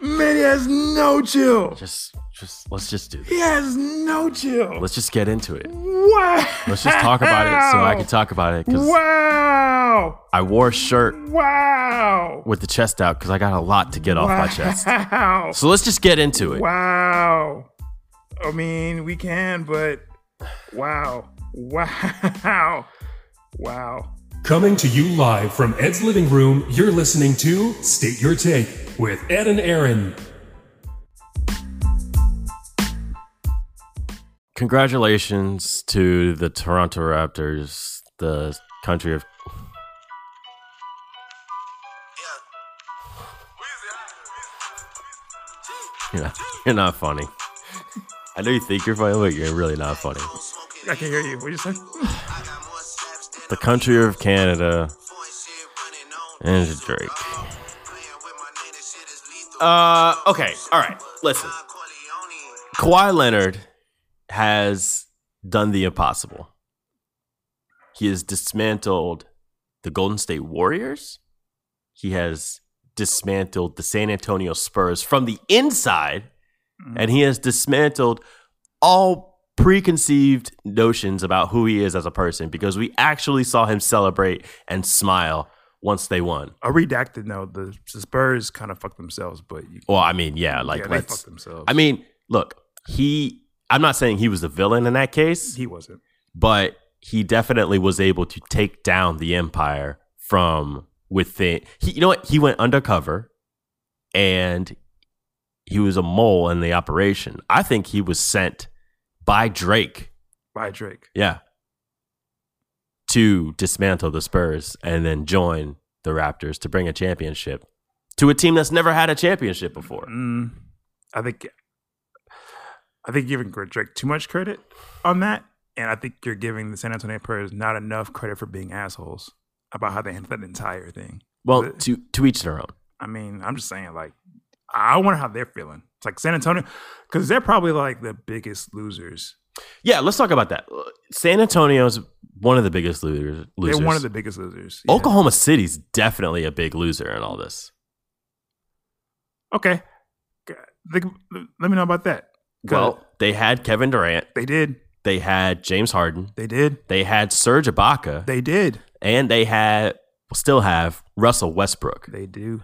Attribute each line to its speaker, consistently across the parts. Speaker 1: Man, he has no chill.
Speaker 2: Just, just let's just do this.
Speaker 1: He has no chill.
Speaker 2: Let's just get into it.
Speaker 1: wow.
Speaker 2: Let's just talk about it so I can talk about it because
Speaker 1: Wow.
Speaker 2: I wore a shirt
Speaker 1: Wow.
Speaker 2: with the chest out because I got a lot to get off my chest.
Speaker 1: Wow.
Speaker 2: So let's just get into it.
Speaker 1: Wow. I mean, we can, but wow. Wow. Wow.
Speaker 3: Coming to you live from Ed's living room, you're listening to State Your Take with Ed and Aaron.
Speaker 2: Congratulations to the Toronto Raptors, the country of. You're not, you're not funny. I know you think you're funny, but you're really not funny.
Speaker 1: I can hear you. What you say?
Speaker 2: The country of Canada and Drake. Uh, okay, all right. Listen, Kawhi Leonard has done the impossible. He has dismantled the Golden State Warriors. He has dismantled the San Antonio Spurs from the inside, and he has dismantled all preconceived notions about who he is as a person because we actually saw him celebrate and smile once they won.
Speaker 1: I redacted. No, the, the Spurs kind of fucked themselves, but you,
Speaker 2: Well, I mean, Oh, yeah, like
Speaker 1: yeah, they fucked
Speaker 2: let's.
Speaker 1: themselves.
Speaker 2: I mean, look, he. I'm not saying he was the villain in that case.
Speaker 1: he wasn't.
Speaker 2: but he definitely was able to take down the empire from within. He, you know what? He went undercover, and he was a mole in the operation. I think he was sent by Drake,
Speaker 1: By Drake.
Speaker 2: yeah, to dismantle the Spurs and then join the Raptors to bring a championship to a team that's never had a championship before.
Speaker 1: Mm, I think I think you're giving Drake too much credit on that, and I think you're giving the San Antonio Spurs not enough credit for being assholes about how they handled that entire thing.
Speaker 2: Well, to to each their own.
Speaker 1: I mean, I'm just saying, like, I wonder how they're feeling. It's like San Antonio, because they're probably like the biggest losers.
Speaker 2: Yeah, let's talk about that. San Antonio's one of the biggest losers. losers.
Speaker 1: They're one of the biggest losers. Yeah.
Speaker 2: Oklahoma City's definitely a big loser in all this.
Speaker 1: Okay. G- think- let me know about that. 'Cause
Speaker 2: Well, they had Kevin Durant,
Speaker 1: they did.
Speaker 2: they had James Harden,
Speaker 1: They did.
Speaker 2: they had Serge Ibaka,
Speaker 1: They did.
Speaker 2: and they had still have Russell Westbrook.
Speaker 1: They do.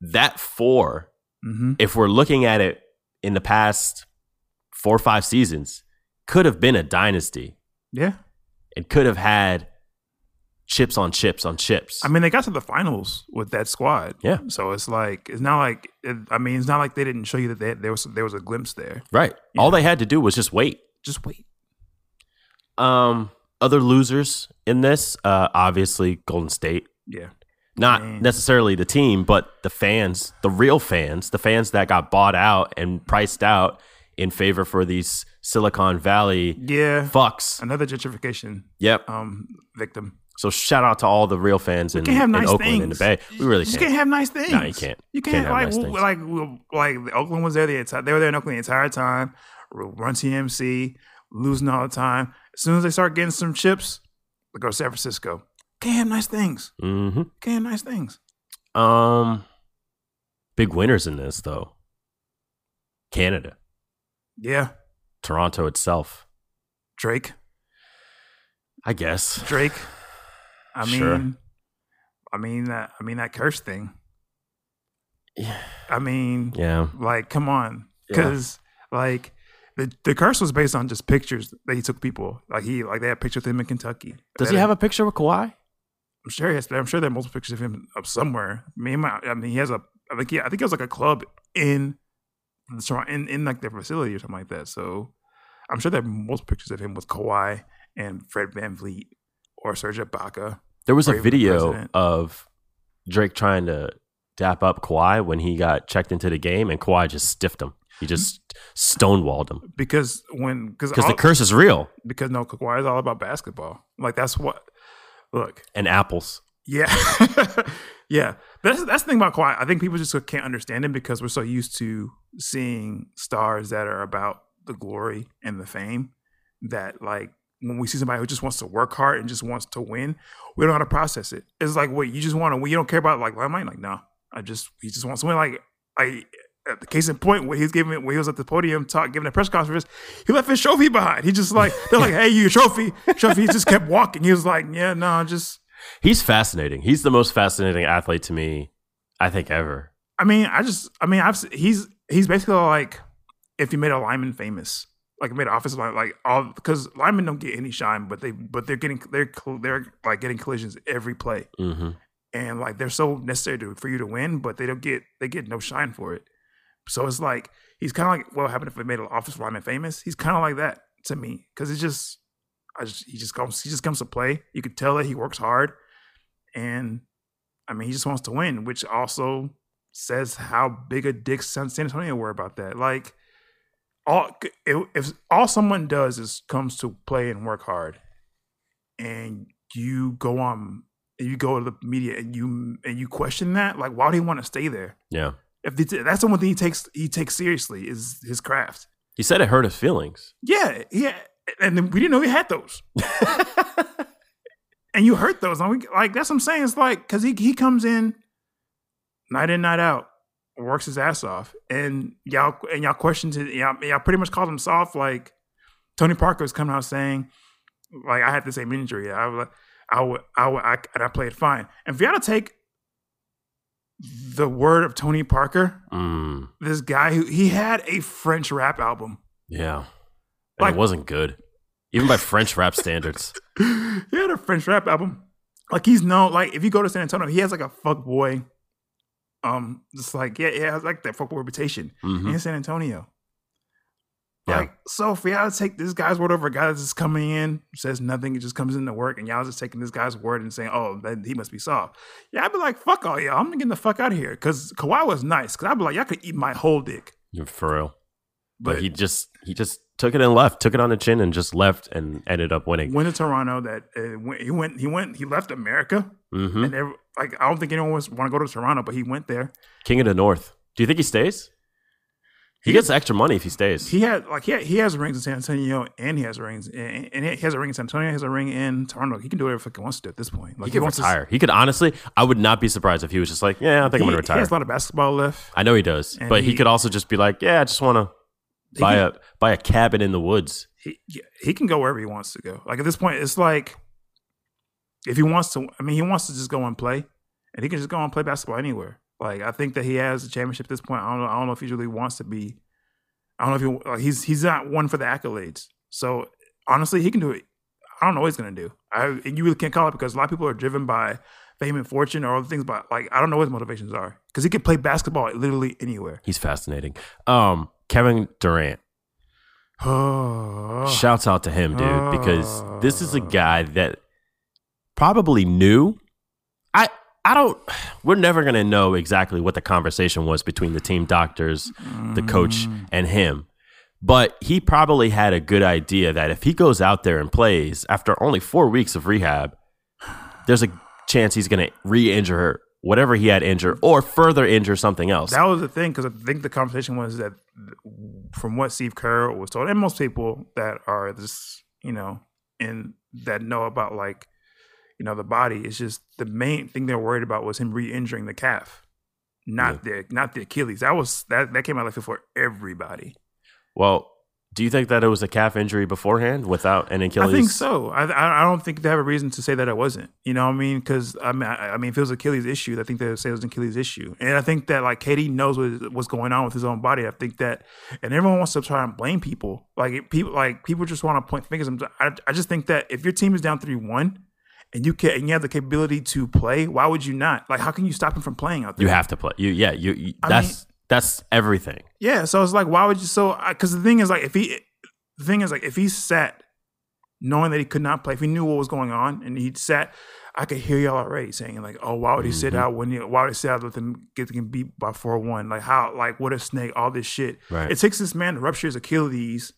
Speaker 2: That four,
Speaker 1: Mm-hmm.
Speaker 2: if we're looking at it in the past four or five seasons, could have been a dynasty.
Speaker 1: Yeah.
Speaker 2: It could have had chips on chips on chips.
Speaker 1: I mean, they got to the finals with that squad.
Speaker 2: Yeah.
Speaker 1: So it's like it's not like it, I mean, it's not like they didn't show you that they, there was there was a glimpse there.
Speaker 2: right. All they had to do was just wait.
Speaker 1: Just wait.
Speaker 2: Um, other losers in this, uh, obviously Golden State.
Speaker 1: Yeah.
Speaker 2: not
Speaker 1: Man.
Speaker 2: necessarily the team, but the fans, the real fans, the fans that got bought out and priced out in favor for these Silicon Valley
Speaker 1: Yeah.
Speaker 2: fucks.
Speaker 1: Another gentrification
Speaker 2: Yep.
Speaker 1: um victim.
Speaker 2: So shout out to all the real fans in,
Speaker 1: You can't have
Speaker 2: in
Speaker 1: nice
Speaker 2: Oakland
Speaker 1: things.
Speaker 2: and the Bay. We really
Speaker 1: you just
Speaker 2: can't.
Speaker 1: can't have nice things.
Speaker 2: No, you can't.
Speaker 1: You
Speaker 2: Can't
Speaker 1: can't,
Speaker 2: have
Speaker 1: like
Speaker 2: nice
Speaker 1: w-
Speaker 2: things.
Speaker 1: like w- like Oakland was there the entire. They were there in Oakland the entire time. Run TMC, losing all the time. As soon as they start getting some chips, they go to San Francisco. Can't have nice things.
Speaker 2: mm-hmm.
Speaker 1: Can't have nice things.
Speaker 2: Um, big winners in this though. Canada,
Speaker 1: Yeah,
Speaker 2: Toronto itself,
Speaker 1: Drake.
Speaker 2: I guess.
Speaker 1: Drake. I mean,
Speaker 2: Sure.
Speaker 1: I mean that. I mean that curse thing.
Speaker 2: Yeah.
Speaker 1: I mean,
Speaker 2: Yeah.
Speaker 1: like, come on,
Speaker 2: Yeah.
Speaker 1: because like the the curse was based on just pictures that he took people. Like he like they had pictures of him in Kentucky.
Speaker 2: Does he have a picture with Kawhi?
Speaker 1: I'm sure he has. I'm sure there are multiple pictures of him up somewhere. I mean, he might- I mean, he has a. I think he, I think it was like a club in the Tor- in in like their facility or something like that. So I'm sure there are multiple pictures of him with Kawhi and Fred Van Vliet or Serge Ibaka.
Speaker 2: There was
Speaker 1: or
Speaker 2: a
Speaker 1: even the
Speaker 2: video
Speaker 1: president.
Speaker 2: of Drake trying to dap up Kawhi when he got checked into the game, and Kawhi just stiffed him. He just stonewalled him
Speaker 1: because when because
Speaker 2: because the curse is real
Speaker 1: because no Kawhi is all about basketball. Like that's what look.
Speaker 2: and apples.
Speaker 1: Yeah. yeah. That's that's the thing about Kawhi. I think people just can't understand him because we're so used to seeing stars that are about the glory and the fame that like when we see somebody who just wants to work hard and just wants to win, we don't know how to process it. It's like, wait, you just want to win. You don't care about like limelight. Like, no, I just he just wants to win. Like, I at the case in point when he was giving when he was at the podium talk giving a press conference, he left his trophy behind. He just like they're like, hey, you trophy, trophy. He just kept walking. He was like, yeah, no, I just.
Speaker 2: He's fascinating. He's the most fascinating athlete to me, I think ever.
Speaker 1: I mean, I just, I mean, I've s- he's he's basically like if you made a lineman famous, like made an offensive line, like all because linemen don't get any shine, but they but they're getting they're cl- they're like getting collisions every play,
Speaker 2: hmm
Speaker 1: and like they're so necessary to, for you to win, but they don't get they get no shine for it. So it's like he's kind of like what happened if we made an offensive lineman famous. He's kind of like that to me because it's just I just he just comes he just comes to play. You could tell that he works hard, and I mean he just wants to win, which also says how big a dick San San Antonio were about that. Like all if, if all someone does is comes to play and work hard, and you go on and you go to the media and you and you question that, like why do you want to stay there?
Speaker 2: Yeah.
Speaker 1: If the, that's the one thing he takes he takes seriously is his craft.
Speaker 2: He said it hurt his feelings.
Speaker 1: Yeah, yeah. And then we didn't know he had those. and you hurt those. And we, like, that's what I'm saying. It's like, because he, he comes in night in, night out, works his ass off. And y'all, and y'all questions it. Y'all, y'all pretty much called him soft. Like, Tony Parker was coming out saying, like, I had the same injury. I was like, I would, I would, I, and I played fine. And if you all to take the word of Tony Parker,
Speaker 2: Mm,
Speaker 1: this guy who he had a French rap album.
Speaker 2: yeah. And
Speaker 1: Like-
Speaker 2: it wasn't good, even by French rap standards.
Speaker 1: he had a French rap album. Like he's known, like if you go to San Antonio, he has like a fuck boy. Um, just like yeah, yeah, has like that fuck boy reputation
Speaker 2: Mhm.
Speaker 1: in San Antonio.
Speaker 2: Yeah.
Speaker 1: Like so, if y'all take this guy's word over a guy that's just coming in, says nothing, it just comes into work, and y'all just taking this guy's word and saying, "Oh, that, he must be soft." Yeah, I'd be like, "Fuck all y'all, I'm getting the fuck out of here." Because Kawhi was nice, because I'd be like, "Y'all could eat my whole dick,"
Speaker 2: Yeah, Mm-hmm. For real. But,
Speaker 1: but
Speaker 2: he just he just took it and left, took it on the chin and just left and ended up winning.
Speaker 1: went to Toronto. That uh, went, he went, he went, he left America.
Speaker 2: hmm
Speaker 1: and every, like I don't think anyone was want to go to Toronto, but he went there.
Speaker 2: King of the North. Do you think he stays? He
Speaker 1: He-
Speaker 2: gets extra money if he stays.
Speaker 1: He had like he had, he has rings in San Antonio, and he has rings, and, and he has a ring in San Antonio, he has a ring in Toronto. He can do whatever the fuck he wants to do at this point. Like
Speaker 2: he could
Speaker 1: wants to-
Speaker 2: retire. he could honestly, I would not be surprised if he was just like, yeah, I think I'm
Speaker 1: he,
Speaker 2: gonna
Speaker 1: He
Speaker 2: retire.
Speaker 1: has a lot of basketball left.
Speaker 2: I know he does,
Speaker 1: and
Speaker 2: but he,
Speaker 1: he-
Speaker 2: could also just be like, yeah, I just want to
Speaker 1: He
Speaker 2: buy
Speaker 1: can-
Speaker 2: a buy a cabin in the woods.
Speaker 1: he yeah, he can go wherever he wants to go. Like at this point, it's like if he wants to, I mean, he wants to just go and play, and he can just go and play basketball anywhere. Like I think that he has a championship at this point. I don't know. I don't know if he really wants to be. I don't know if he like, he's he's not one for the accolades. So honestly, he can do it. I don't know what he's gonna do. I and you really can't call it because a lot of people are driven by fame and fortune or other things. But like I don't know what his motivations are because he can play basketball literally anywhere.
Speaker 2: He's fascinating. Um, Kevin Durant.
Speaker 1: Oh,
Speaker 2: Shouts out to him, dude, because this
Speaker 1: Ah.
Speaker 2: is a guy that probably knew. I I don't. We're never gonna know exactly what the conversation was between the team doctors, the coach,
Speaker 1: Mm.
Speaker 2: and him. But he probably had a good idea that if he goes out there and plays after only four weeks of rehab, there's a chance he's gonna re-injure whatever he had injured or further injure something else.
Speaker 1: That was the thing because I think the conversation was that from what Steve Kerr was told, and most people that are this, you know, and that know about like, you know, the body, it's just the main thing they're worried about was him re-injuring the calf, not the not the Achilles. That was that that came out like for everybody.
Speaker 2: Well, do you think that it was a calf injury beforehand without an
Speaker 1: I
Speaker 2: Achilles?
Speaker 1: think so. I- I I don't think they have a reason to say that it wasn't. You know what I mean? Because I mean, I, I mean, if it was Achilles issue, I think they would say it was an Achilles issue. And I think that like Katie knows what, what's going on with his own body. I think that, and everyone wants to try and blame people. Like it- people, like people just want to point fingers. I'm- I, I just think that if your team is down three one, and you can and you have the capability to play, why would you not? Like, how can you stop him from playing out there?
Speaker 2: You have to play. You yeah. You, you
Speaker 1: I
Speaker 2: that's
Speaker 1: mean-
Speaker 2: that's everything.
Speaker 1: Yeah, so it's like, why would you? So, because the thing is, like, if he, the thing is, like, if he sat, knowing that he could not play, if he knew what was going on, and he sat, I could hear y'all already saying, like, oh, why would he
Speaker 2: Mm-hmm.
Speaker 1: sit out when? He, why would he sit out let them get them beat by four one? Like, how? Like, what a snake! All this shit.
Speaker 2: Right.
Speaker 1: It takes this man to rupture his Achilles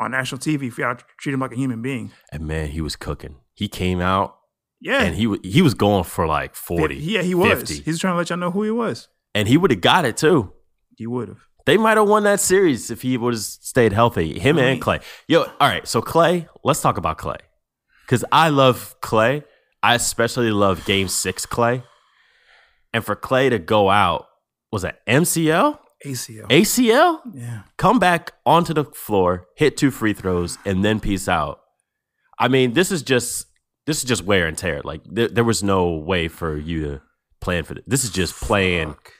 Speaker 1: on national TV if y'all treat him like a human being.
Speaker 2: and man, he was cooking. He came out
Speaker 1: Yeah.
Speaker 2: and he wa- he was going for like forty.
Speaker 1: Yeah, he was.
Speaker 2: 50.
Speaker 1: He's trying to let y'all know who he was.
Speaker 2: and he would have got it too.
Speaker 1: He would have.
Speaker 2: They might have won that series if he would have stayed healthy. Him and Clay. Yo, all right. So Clay, let's talk about Clay, because I love Clay. I especially love Game Six Clay, and for Clay to go out was that MCL,
Speaker 1: ACL.
Speaker 2: ACL,
Speaker 1: yeah.
Speaker 2: come back onto the floor, hit two free throws, and then peace out. I mean, this is just this is just wear and tear. Like there, there was no way for you to plan for this. This is just playing
Speaker 1: Fuck.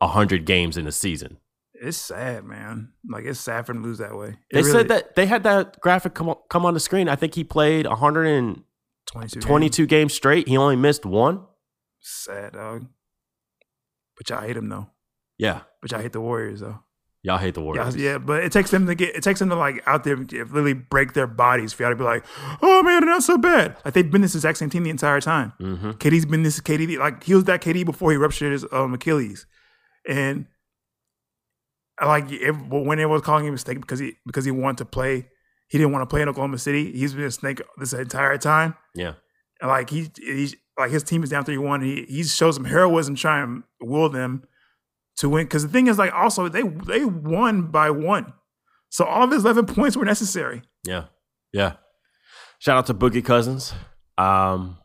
Speaker 2: a hundred games in a season.
Speaker 1: It's sad, man. Like it's sad for him to lose that way. It
Speaker 2: They
Speaker 1: really-
Speaker 2: said that they had that graphic come on, come on the screen. I think he played 122
Speaker 1: 22 games.
Speaker 2: games straight. He only missed one.
Speaker 1: Sad dog. But y'all hate him though.
Speaker 2: Yeah,
Speaker 1: But y'all hate the Warriors though.
Speaker 2: y'all hate the
Speaker 1: Yeah,
Speaker 2: Warriors.
Speaker 1: yeah, but it takes them to get. It takes them to like out there, to literally break their bodies for y'all to be like, "Oh man, they're not so bad." Like they've been this exact same team the entire time.
Speaker 2: Mm-hmm.
Speaker 1: KD's been this KD. Like he was that KD before he ruptured his um, Achilles, and I like if, when everyone was calling him a snake because he because he wanted to play, he didn't want to play in Oklahoma City. He's been a snake this entire time.
Speaker 2: Yeah.
Speaker 1: And, like he he's like his team is down three one. He he shows some heroism trying to will them to win. Because the thing is like also they they won by one, so all of his eleven points were necessary.
Speaker 2: Yeah. Yeah. Shout out to Boogie Cousins. Um,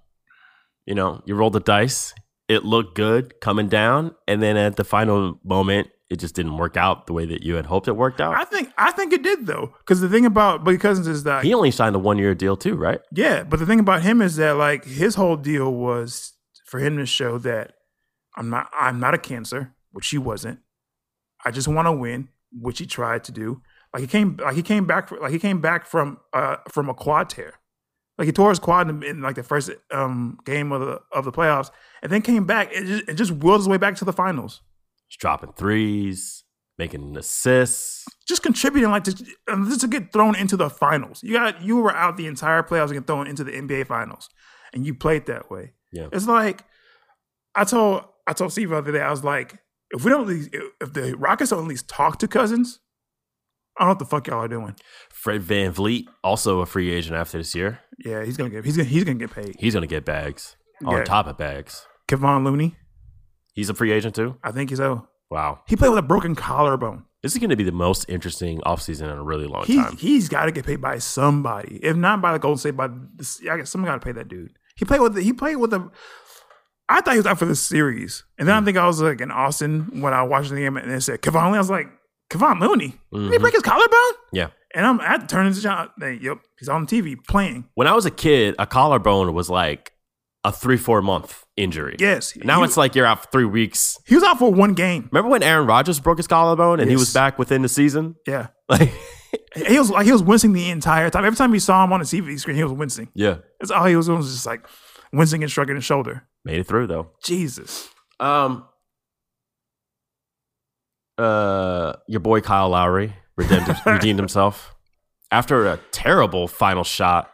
Speaker 2: you know, you rolled the dice. It looked good coming down, and then at the final moment, it just didn't work out the way that you had hoped it worked
Speaker 1: I
Speaker 2: out.
Speaker 1: think I think it did though. Because the thing about Boogie Cousins is that
Speaker 2: He only signed a one-year deal too, right?
Speaker 1: Yeah, but the thing about him is that like his whole deal was for him to show that I'm not I'm not a cancer, which he wasn't. I just want to win, which he tried to do. Like he came like he came back like he came back from uh from a quad tear. Like he tore his quad in, in like the first um game of the of the playoffs and then came back and just, and just willed his way back to the finals.
Speaker 2: He's dropping threes, making assists.
Speaker 1: Just contributing like to and just to get thrown into the finals. You got you were out the entire playoffs and get thrown into the NBA finals and you played that way.
Speaker 2: Yeah,
Speaker 1: It's like I told I told Steve the other day. I was like, if we don't, at least- if the Rockets don't at least talk to Cousins, I don't know what the fuck y'all are doing.
Speaker 2: Fred Van Vliet, also a free agent after this year.
Speaker 1: Yeah, he's gonna get he's gonna he's gonna get paid.
Speaker 2: He's gonna get bags on
Speaker 1: Yeah.
Speaker 2: top of bags.
Speaker 1: Kevon Looney,
Speaker 2: He's a free agent too.
Speaker 1: I think he's out.
Speaker 2: Wow,
Speaker 1: He played with a broken collarbone.
Speaker 2: this is gonna be the most interesting offseason in a really long
Speaker 1: He
Speaker 2: time.
Speaker 1: he's got to get paid by somebody, if not by the Golden State, by the, I guess someone got to pay that dude. He played with the, he played with the. I thought he was out for the series, and
Speaker 2: Hmm.
Speaker 1: then I think I was like in Austin when I watched the game, and they said Kevon Looney. I was like, Kevon Looney, did he
Speaker 2: Mhm.
Speaker 1: break his collarbone?
Speaker 2: Yeah.
Speaker 1: And I'm at turning to John. Hey, yep, he's on TV playing.
Speaker 2: when I was a kid, a collarbone was like a three, four month injury.
Speaker 1: Yes.
Speaker 2: Now
Speaker 1: he,
Speaker 2: it's like you're out for three weeks.
Speaker 1: he was out for one game.
Speaker 2: Remember when Aaron Rodgers broke his collarbone and he was
Speaker 1: Yes.
Speaker 2: back within the season?
Speaker 1: Yeah.
Speaker 2: Like,
Speaker 1: He he was like he was wincing the entire time. Every time we saw him on the TV screen, he was wincing.
Speaker 2: yeah,
Speaker 1: That's all he was doing was just like wincing and shrugging his shoulder.
Speaker 2: made it through though.
Speaker 1: Jesus.
Speaker 2: Um, uh, your boy Kyle Lowry redeemed, redeemed himself after a terrible final shot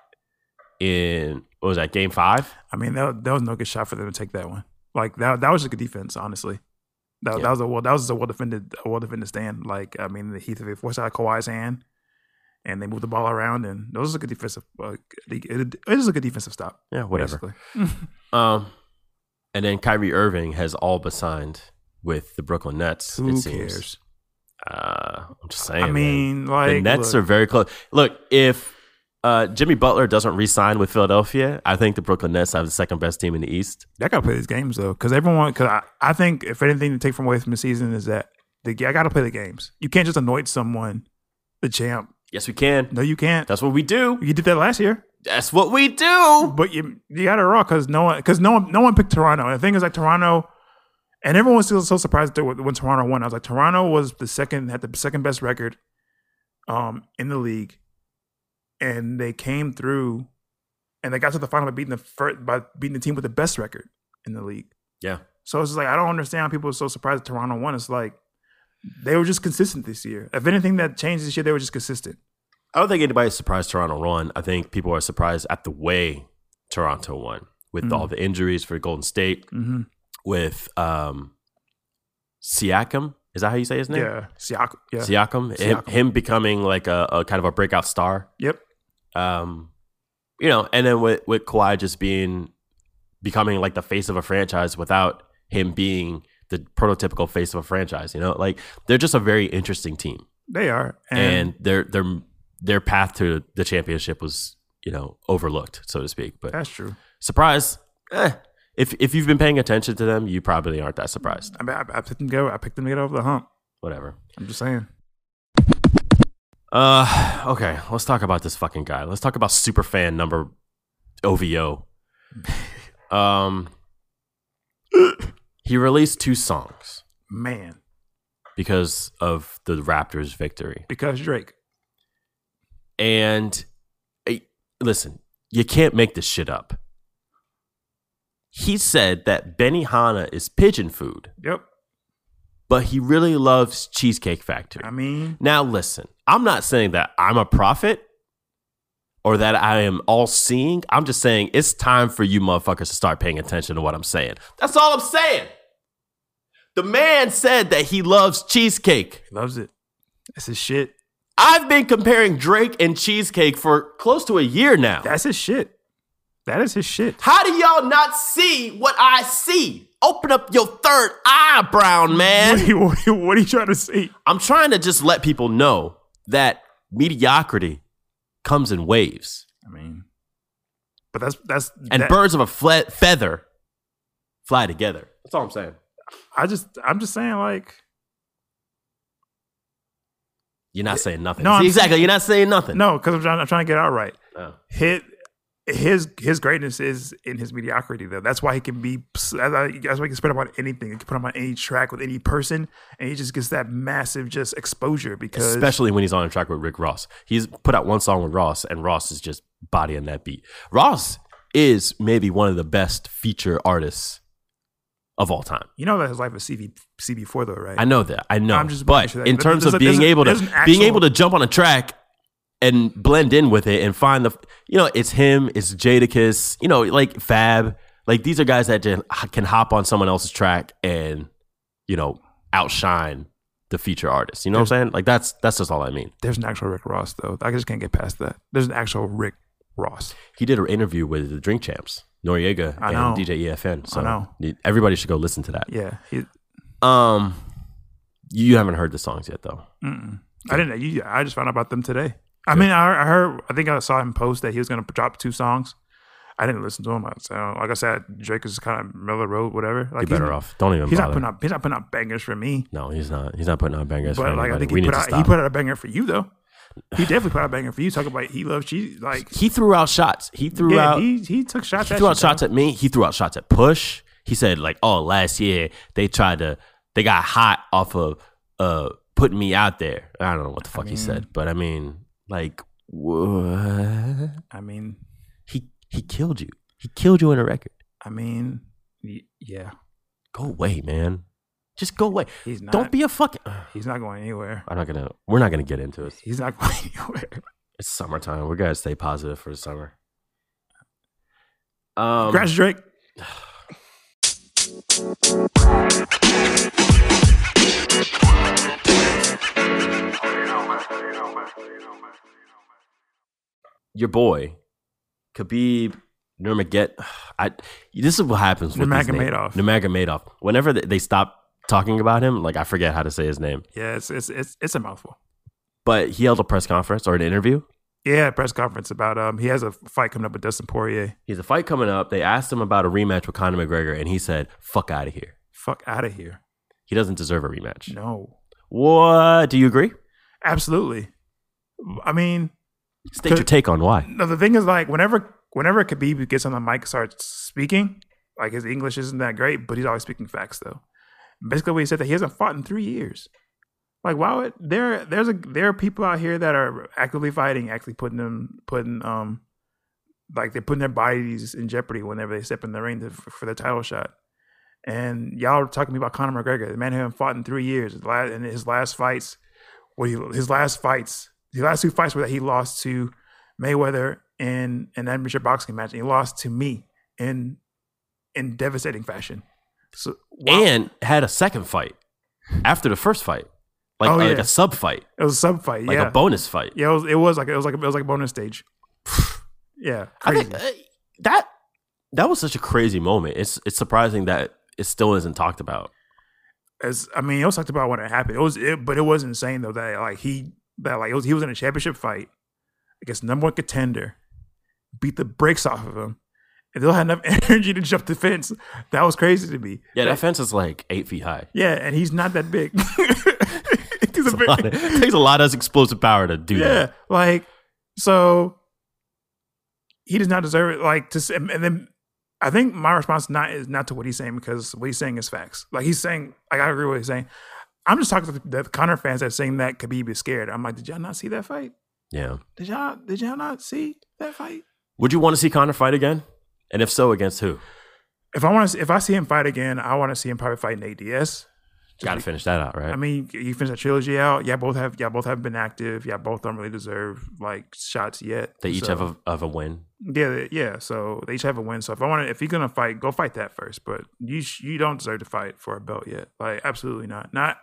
Speaker 2: in what was that game five?
Speaker 1: I mean, that, that was no good shot for them to take that one. Like that that was just good defense, honestly. That,
Speaker 2: Yeah.
Speaker 1: that was a well that was a well defended a well defended stand. Like I mean, the Heath of it forced out Kawhi's hand, and they moved the ball around, and that was a good defensive. Uh, it, it, it was a good defensive stop.
Speaker 2: Yeah, whatever.
Speaker 1: basically.
Speaker 2: Um, and then Kyrie Irving has all but signed with the Brooklyn Nets.
Speaker 1: Who cares?
Speaker 2: it seems. Uh, I'm just saying.
Speaker 1: I
Speaker 2: man.
Speaker 1: mean, like
Speaker 2: the Nets
Speaker 1: look,
Speaker 2: are very close. Look, if uh, Jimmy Butler doesn't re-sign with Philadelphia, I think the Brooklyn Nets have the second best team in the East.
Speaker 1: They gotta play these games though, because everyone. Because I, I think if anything to take from away from the season is that the I gotta play the games. You can't just anoint someone the champ.
Speaker 2: Yes, we can.
Speaker 1: No, you can't.
Speaker 2: That's what we do.
Speaker 1: you did that last year,
Speaker 2: That's what we do.
Speaker 1: but you you got it wrong because no one because no one no one picked Toronto. And the thing is like Toronto, and everyone was still so surprised that when Toronto won. I was like Toronto was the second had the second best record, um, in the league, and they came through, and they got to the final by beating the first, by beating the team with the best record in the league.
Speaker 2: Yeah.
Speaker 1: So it's just like I don't understand how people are so surprised that Toronto won. It's like they were just consistent this year. If anything that changed this year, they were just consistent.
Speaker 2: I don't think anybody's surprised Toronto won. I think people are surprised at the way Toronto won with
Speaker 1: Mhm.
Speaker 2: all the injuries for Golden State,
Speaker 1: Mm-hmm.
Speaker 2: with um, Siakam. Is that how you say his name?
Speaker 1: Yeah. Siak- yeah.
Speaker 2: Siakam, Him,
Speaker 1: Siakam.
Speaker 2: him becoming like a, a kind of a breakout star.
Speaker 1: Yep.
Speaker 2: um, you know, and then with with Kawhi just being becoming like the face of a franchise without him being the prototypical face of a franchise. You know, like they're just a very interesting team,
Speaker 1: They are,
Speaker 2: and their their their path to the championship was you know overlooked, so to speak. But
Speaker 1: that's true.
Speaker 2: surprise, eh, if if you've been paying attention to them, you probably aren't that surprised.
Speaker 1: I, mean, I, I picked them to go. I picked them to get over the hump.
Speaker 2: Whatever.
Speaker 1: I'm just saying.
Speaker 2: Uh, okay. Let's talk about this fucking guy. Let's talk about superfan number OVO. um, he released two songs
Speaker 1: Man,
Speaker 2: because of the Raptors' victory,
Speaker 1: because Drake.
Speaker 2: and eh, listen, you can't make this shit up. He said that Benihana is pigeon food,
Speaker 1: Yep.
Speaker 2: but he really loves Cheesecake Factory.
Speaker 1: I mean,
Speaker 2: Now, listen, I'm not saying that I'm a prophet or that I am all seeing. I'm just saying it's time for you motherfuckers to start paying attention to what I'm saying. That's all I'm saying. The man said that he loves cheesecake.
Speaker 1: he loves it. That's his shit.
Speaker 2: I've been comparing Drake and cheesecake for close to a year now.
Speaker 1: That's his shit. That is his shit.
Speaker 2: How do y'all not see what I see? Open up your third eye, brown
Speaker 1: What
Speaker 2: man.
Speaker 1: are you, what are you- what are you trying to say?
Speaker 2: I'm trying to just let people know that mediocrity comes in waves.
Speaker 1: I mean, but that's that's
Speaker 2: and
Speaker 1: that-
Speaker 2: birds of a fle- feather fly together. That's all I'm saying.
Speaker 1: I just I'm just saying like
Speaker 2: You're not saying nothing.
Speaker 1: No,
Speaker 2: See,
Speaker 1: I'm-
Speaker 2: exactly. You're not saying nothing.
Speaker 1: no because I'm trying I'm trying to get it out right.
Speaker 2: Oh.
Speaker 1: His his his greatness is in his mediocrity though. That's why he can be that's why he can spread him on anything. He can put him on any track with any person, and he just gets that massive just exposure because
Speaker 2: Especially when he's on a track with Rick Ross. He's put out one song with Ross, and Ross is just bodying that beat. Ross is maybe one of the best feature artists of all time.
Speaker 1: you know that his life is CB CB4 though, right?
Speaker 2: I know that. I know.
Speaker 1: I'm just making
Speaker 2: but
Speaker 1: sure that-
Speaker 2: in
Speaker 1: there-
Speaker 2: terms
Speaker 1: there's
Speaker 2: of
Speaker 1: a-
Speaker 2: being
Speaker 1: there's a-
Speaker 2: able to
Speaker 1: there's an
Speaker 2: being
Speaker 1: actual-
Speaker 2: able to jump on a track and blend in with it and find the you know it's him, it's Jadakiss, you know like Fab, like these are guys that just can hop on someone else's track and you know outshine the feature artist. You know what I'm saying? Like that's that's just all I mean.
Speaker 1: There's an actual Rick Ross though. I just can't get past that. There's an actual Rick Ross.
Speaker 2: He did an interview with the Drink Champs, Noriega
Speaker 1: I
Speaker 2: and
Speaker 1: know.
Speaker 2: DJ EFN. So
Speaker 1: know.
Speaker 2: everybody should go listen to that.
Speaker 1: Yeah, he,
Speaker 2: Um, you haven't heard the songs yet though.
Speaker 1: Mm-mm. I didn't know. You, I just found out about them today. I mean, I, I heard. I think I saw him post that he was going to drop two songs. I didn't listen to him. I, so, like I said, Drake is kind of middle of the road, whatever. Like
Speaker 2: You're better
Speaker 1: he's,
Speaker 2: off. Don't even.
Speaker 1: He's
Speaker 2: bother.
Speaker 1: not putting out. He's not putting out bangers for me.
Speaker 2: No, he's not. He's not putting out bangers. for
Speaker 1: But like I
Speaker 2: anybody.
Speaker 1: think he
Speaker 2: we need
Speaker 1: put
Speaker 2: to
Speaker 1: out.
Speaker 2: stop.
Speaker 1: He put out a banger for you though. He definitely put out a banger for you. Talk about he loves cheese. Like
Speaker 2: he threw out shots. He threw
Speaker 1: yeah,
Speaker 2: out. He,
Speaker 1: he he took shots. at
Speaker 2: threw
Speaker 1: you,
Speaker 2: out shots at me. He threw out shots at Push. He said like, "Oh, last year they tried to. They got hot off of uh putting me out there. I don't know what the fuck he said, but I mean, like, what?
Speaker 1: dog. I mean,
Speaker 2: He he killed you. He killed you in a record.
Speaker 1: I mean, y- yeah.
Speaker 2: Go away, man. Just go away.
Speaker 1: He's not.
Speaker 2: Don't be a fucking.
Speaker 1: He's not going anywhere.
Speaker 2: I'm not gonna. We're not gonna get into it.
Speaker 1: He's not going anywhere.
Speaker 2: It's summertime. We're gonna stay positive for the summer. Um,
Speaker 1: Crash Drake.
Speaker 2: your boy, Khabib Nurmagomedov. I this is what happens with his name.
Speaker 1: Nurmagomedov.
Speaker 2: Nurmagomedov. Whenever they- they stop talking about him, like I forget how to say his name,
Speaker 1: Yeah, it's it's it's, it's a mouthful.
Speaker 2: but he held a press conference or an interview.
Speaker 1: Yeah, press conference about um he has a fight coming up with Dustin Poirier.
Speaker 2: He has a fight coming up. They asked him about a rematch with Conor McGregor, and he said, "Fuck out of here.
Speaker 1: Fuck out of here.
Speaker 2: He doesn't deserve a rematch."
Speaker 1: No.
Speaker 2: What? Do you agree?
Speaker 1: Absolutely. I mean,
Speaker 2: State your take on why.
Speaker 1: no, the thing is like whenever whenever Khabib gets on the mic and starts speaking, like his English isn't that great, but he's always speaking facts though. Basically what he said that he hasn't fought in three years. Like why would there there's a there are people out here that are actively fighting, actually putting them putting um like they're putting their bodies in jeopardy whenever they step in the ring to, for their title shot. And y'all are talking to me about Conor McGregor. The man haven't fought in three years. His last, and his last fights, well, he, his last fights, the last two fights were that he lost to Mayweather in an amateur boxing match, and he lost to me in in devastating fashion. So wow.
Speaker 2: And had a second fight after the first fight, like
Speaker 1: Oh,
Speaker 2: like
Speaker 1: yeah.
Speaker 2: a sub fight,
Speaker 1: it was a sub fight,
Speaker 2: like
Speaker 1: yeah,
Speaker 2: a bonus fight.
Speaker 1: yeah. It was, it was like it was like it was like a bonus stage. yeah,
Speaker 2: I
Speaker 1: crazy.
Speaker 2: think uh, that that was such a crazy moment. It's it's surprising that it still isn't talked about.
Speaker 1: as I mean, it was talked about when it happened. It was, it, but it was insane though that like he that like it was, he was in a championship fight against number one contender, beat the brakes off of him, and they'll have enough energy to jump the fence. That was crazy to me.
Speaker 2: Yeah, that fence is like eight feet high.
Speaker 1: Yeah, and he's not that big. he's
Speaker 2: It's a lot of- it takes a lot of explosive power to do
Speaker 1: yeah,
Speaker 2: that.
Speaker 1: like so. He does not deserve it. Like to, say- and then I think my response not is not to what he's saying because what he's saying is facts. Like he's saying, like I agree with what he's saying. I'm just talking to the, the Connor fans that saying that Khabib is scared. I'm like, did y'all not see that fight?
Speaker 2: Yeah.
Speaker 1: Did y'all did y'all not see that fight?
Speaker 2: Would you want to see Connor fight again? And if so, against who?
Speaker 1: If I want to, if I see him fight again, I want to see him probably fight Nate Diaz.
Speaker 2: Got to finish that out, right?
Speaker 1: I mean, you finish that trilogy out. Yeah, both have. Yeah, both have been active. Yeah, both don't really deserve like shots yet.
Speaker 2: they each
Speaker 1: So-
Speaker 2: have a, of a win.
Speaker 1: Yeah, they- yeah. So they each have a win. So if I want to, if you're gonna fight, go fight that first. But you sh- you don't deserve to fight for a belt yet. Like absolutely not. Not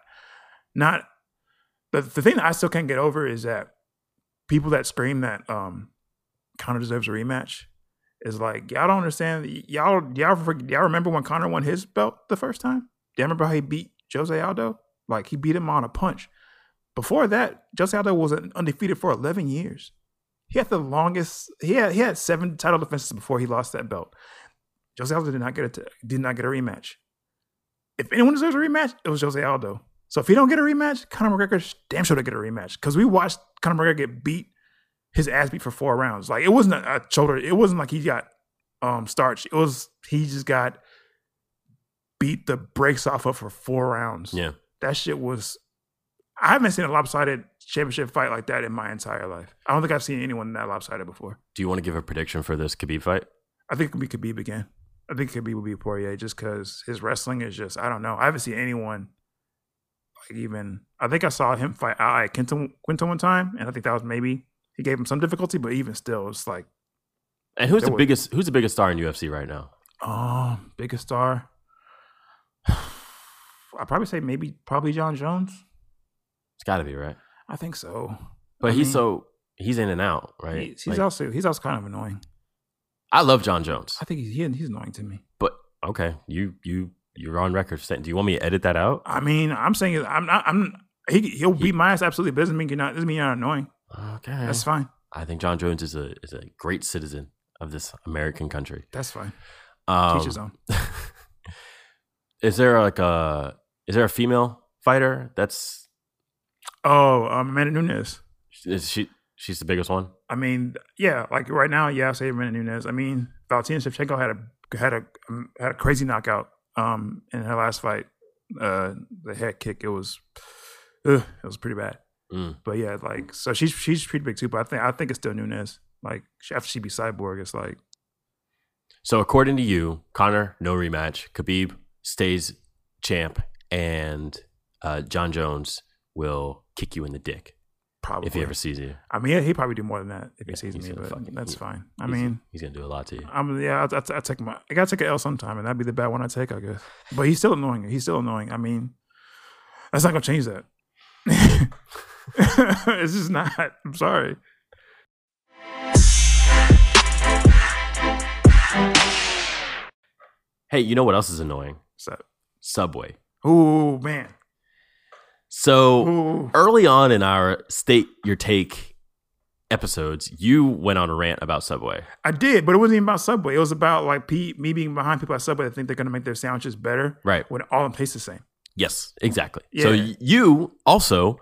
Speaker 1: not. But the thing that I still can't get over is that people that scream that um Connor deserves a rematch is like y'all don't understand. Y- Y'all y'all for- y'all remember when Connor won his belt the first time? Do you remember how he beat Jose Aldo? Like he beat him on a punch. Before that, Jose Aldo was undefeated for 11 years. He had the longest. He had he had seven title defenses before he lost that belt. Jose Aldo did not get a t- did not get a rematch. If anyone deserves a rematch, it was Jose Aldo. So if he don't get a rematch, Conor McGregor sh- damn sure to get a rematch because we watched Conor McGregor get beat, his ass beat for four rounds. Like it wasn't a, a shoulder. It wasn't like he got um starch. It was he just got beat the brakes off of for four rounds
Speaker 2: Yeah.
Speaker 1: that shit was I haven't seen a lopsided championship fight like that in my entire life. I don't think I've seen anyone that lopsided before.
Speaker 2: Do you want to give a prediction for this Khabib fight?
Speaker 1: I think it could be Khabib again. I think Khabib will be Poirier just because his wrestling is just I don't know. I haven't seen anyone like even I think I saw him fight I Quinton Quinton one time, and I think that was maybe he gave him some difficulty, but even still, it's like
Speaker 2: And who's
Speaker 1: That
Speaker 2: the
Speaker 1: would-
Speaker 2: biggest? Who's the biggest star in UFC right now?
Speaker 1: oh, biggest star. I'd probably say maybe probably John Jones.
Speaker 2: It's got to be right.
Speaker 1: I think so.
Speaker 2: But
Speaker 1: I
Speaker 2: he's
Speaker 1: mean-
Speaker 2: so he's in and out, right?
Speaker 1: He- Mm-hmm. he's
Speaker 2: Like,
Speaker 1: also he's also kind of annoying.
Speaker 2: I love John Jones,
Speaker 1: I think he's he, he's annoying to me.
Speaker 2: but okay, you you you're on record saying. Do you want me to edit that out?
Speaker 1: I mean, I'm saying it- I'm not. I'm he he'll beat my ass absolutely. But it doesn't mean you're not. Doesn't mean you're not annoying.
Speaker 2: Okay,
Speaker 1: That's fine.
Speaker 2: I think John Jones is a is a great citizen of this American country.
Speaker 1: That's fine.
Speaker 2: Um,
Speaker 1: Teach his own.
Speaker 2: is there like a is there a female fighter that's
Speaker 1: Oh, um, Amanda Nunes.
Speaker 2: is she she's the biggest one?
Speaker 1: I mean, yeah, like right now, yeah, I say Amanda Nunes. I mean, Valentina Shevchenko had a had a um, had a crazy knockout um in her last fight. Uh, the head kick. It was, ugh, it was pretty bad.
Speaker 2: Mm.
Speaker 1: But yeah, like so she's she's pretty big too. But I think I think it's still Nunes. Like she- after she be cyborg, it's like
Speaker 2: So according to you, Connor no rematch. Khabib stays champ, and uh, John Jones will kick you in the dick
Speaker 1: probably.
Speaker 2: if he ever sees you.
Speaker 1: I mean, he probably do more than that if he
Speaker 2: Yeah,
Speaker 1: sees
Speaker 2: he's
Speaker 1: me,
Speaker 2: gonna
Speaker 1: but
Speaker 2: fucking-
Speaker 1: that's
Speaker 2: he-
Speaker 1: fine. I
Speaker 2: He's-
Speaker 1: mean,
Speaker 2: he's gonna do a lot to you.
Speaker 1: I'm yeah, I, I, I take my I gotta take an L sometime, and that'd be the bad one I take, I guess. But he's still annoying. He's still annoying. I mean, that's not gonna change that. it's just not. I'm sorry.
Speaker 2: Hey, you know what else is annoying?
Speaker 1: So,
Speaker 2: Subway.
Speaker 1: ooh man,
Speaker 2: So
Speaker 1: ooh,
Speaker 2: early on in our state your take episodes, you went on a rant about Subway.
Speaker 1: I did, but it wasn't even about Subway. It was about like P, me being behind people at Subway that think they're gonna make their sandwiches better
Speaker 2: Right.
Speaker 1: when all of them taste the same.
Speaker 2: Yes, exactly. So
Speaker 1: Yeah.
Speaker 2: y- you also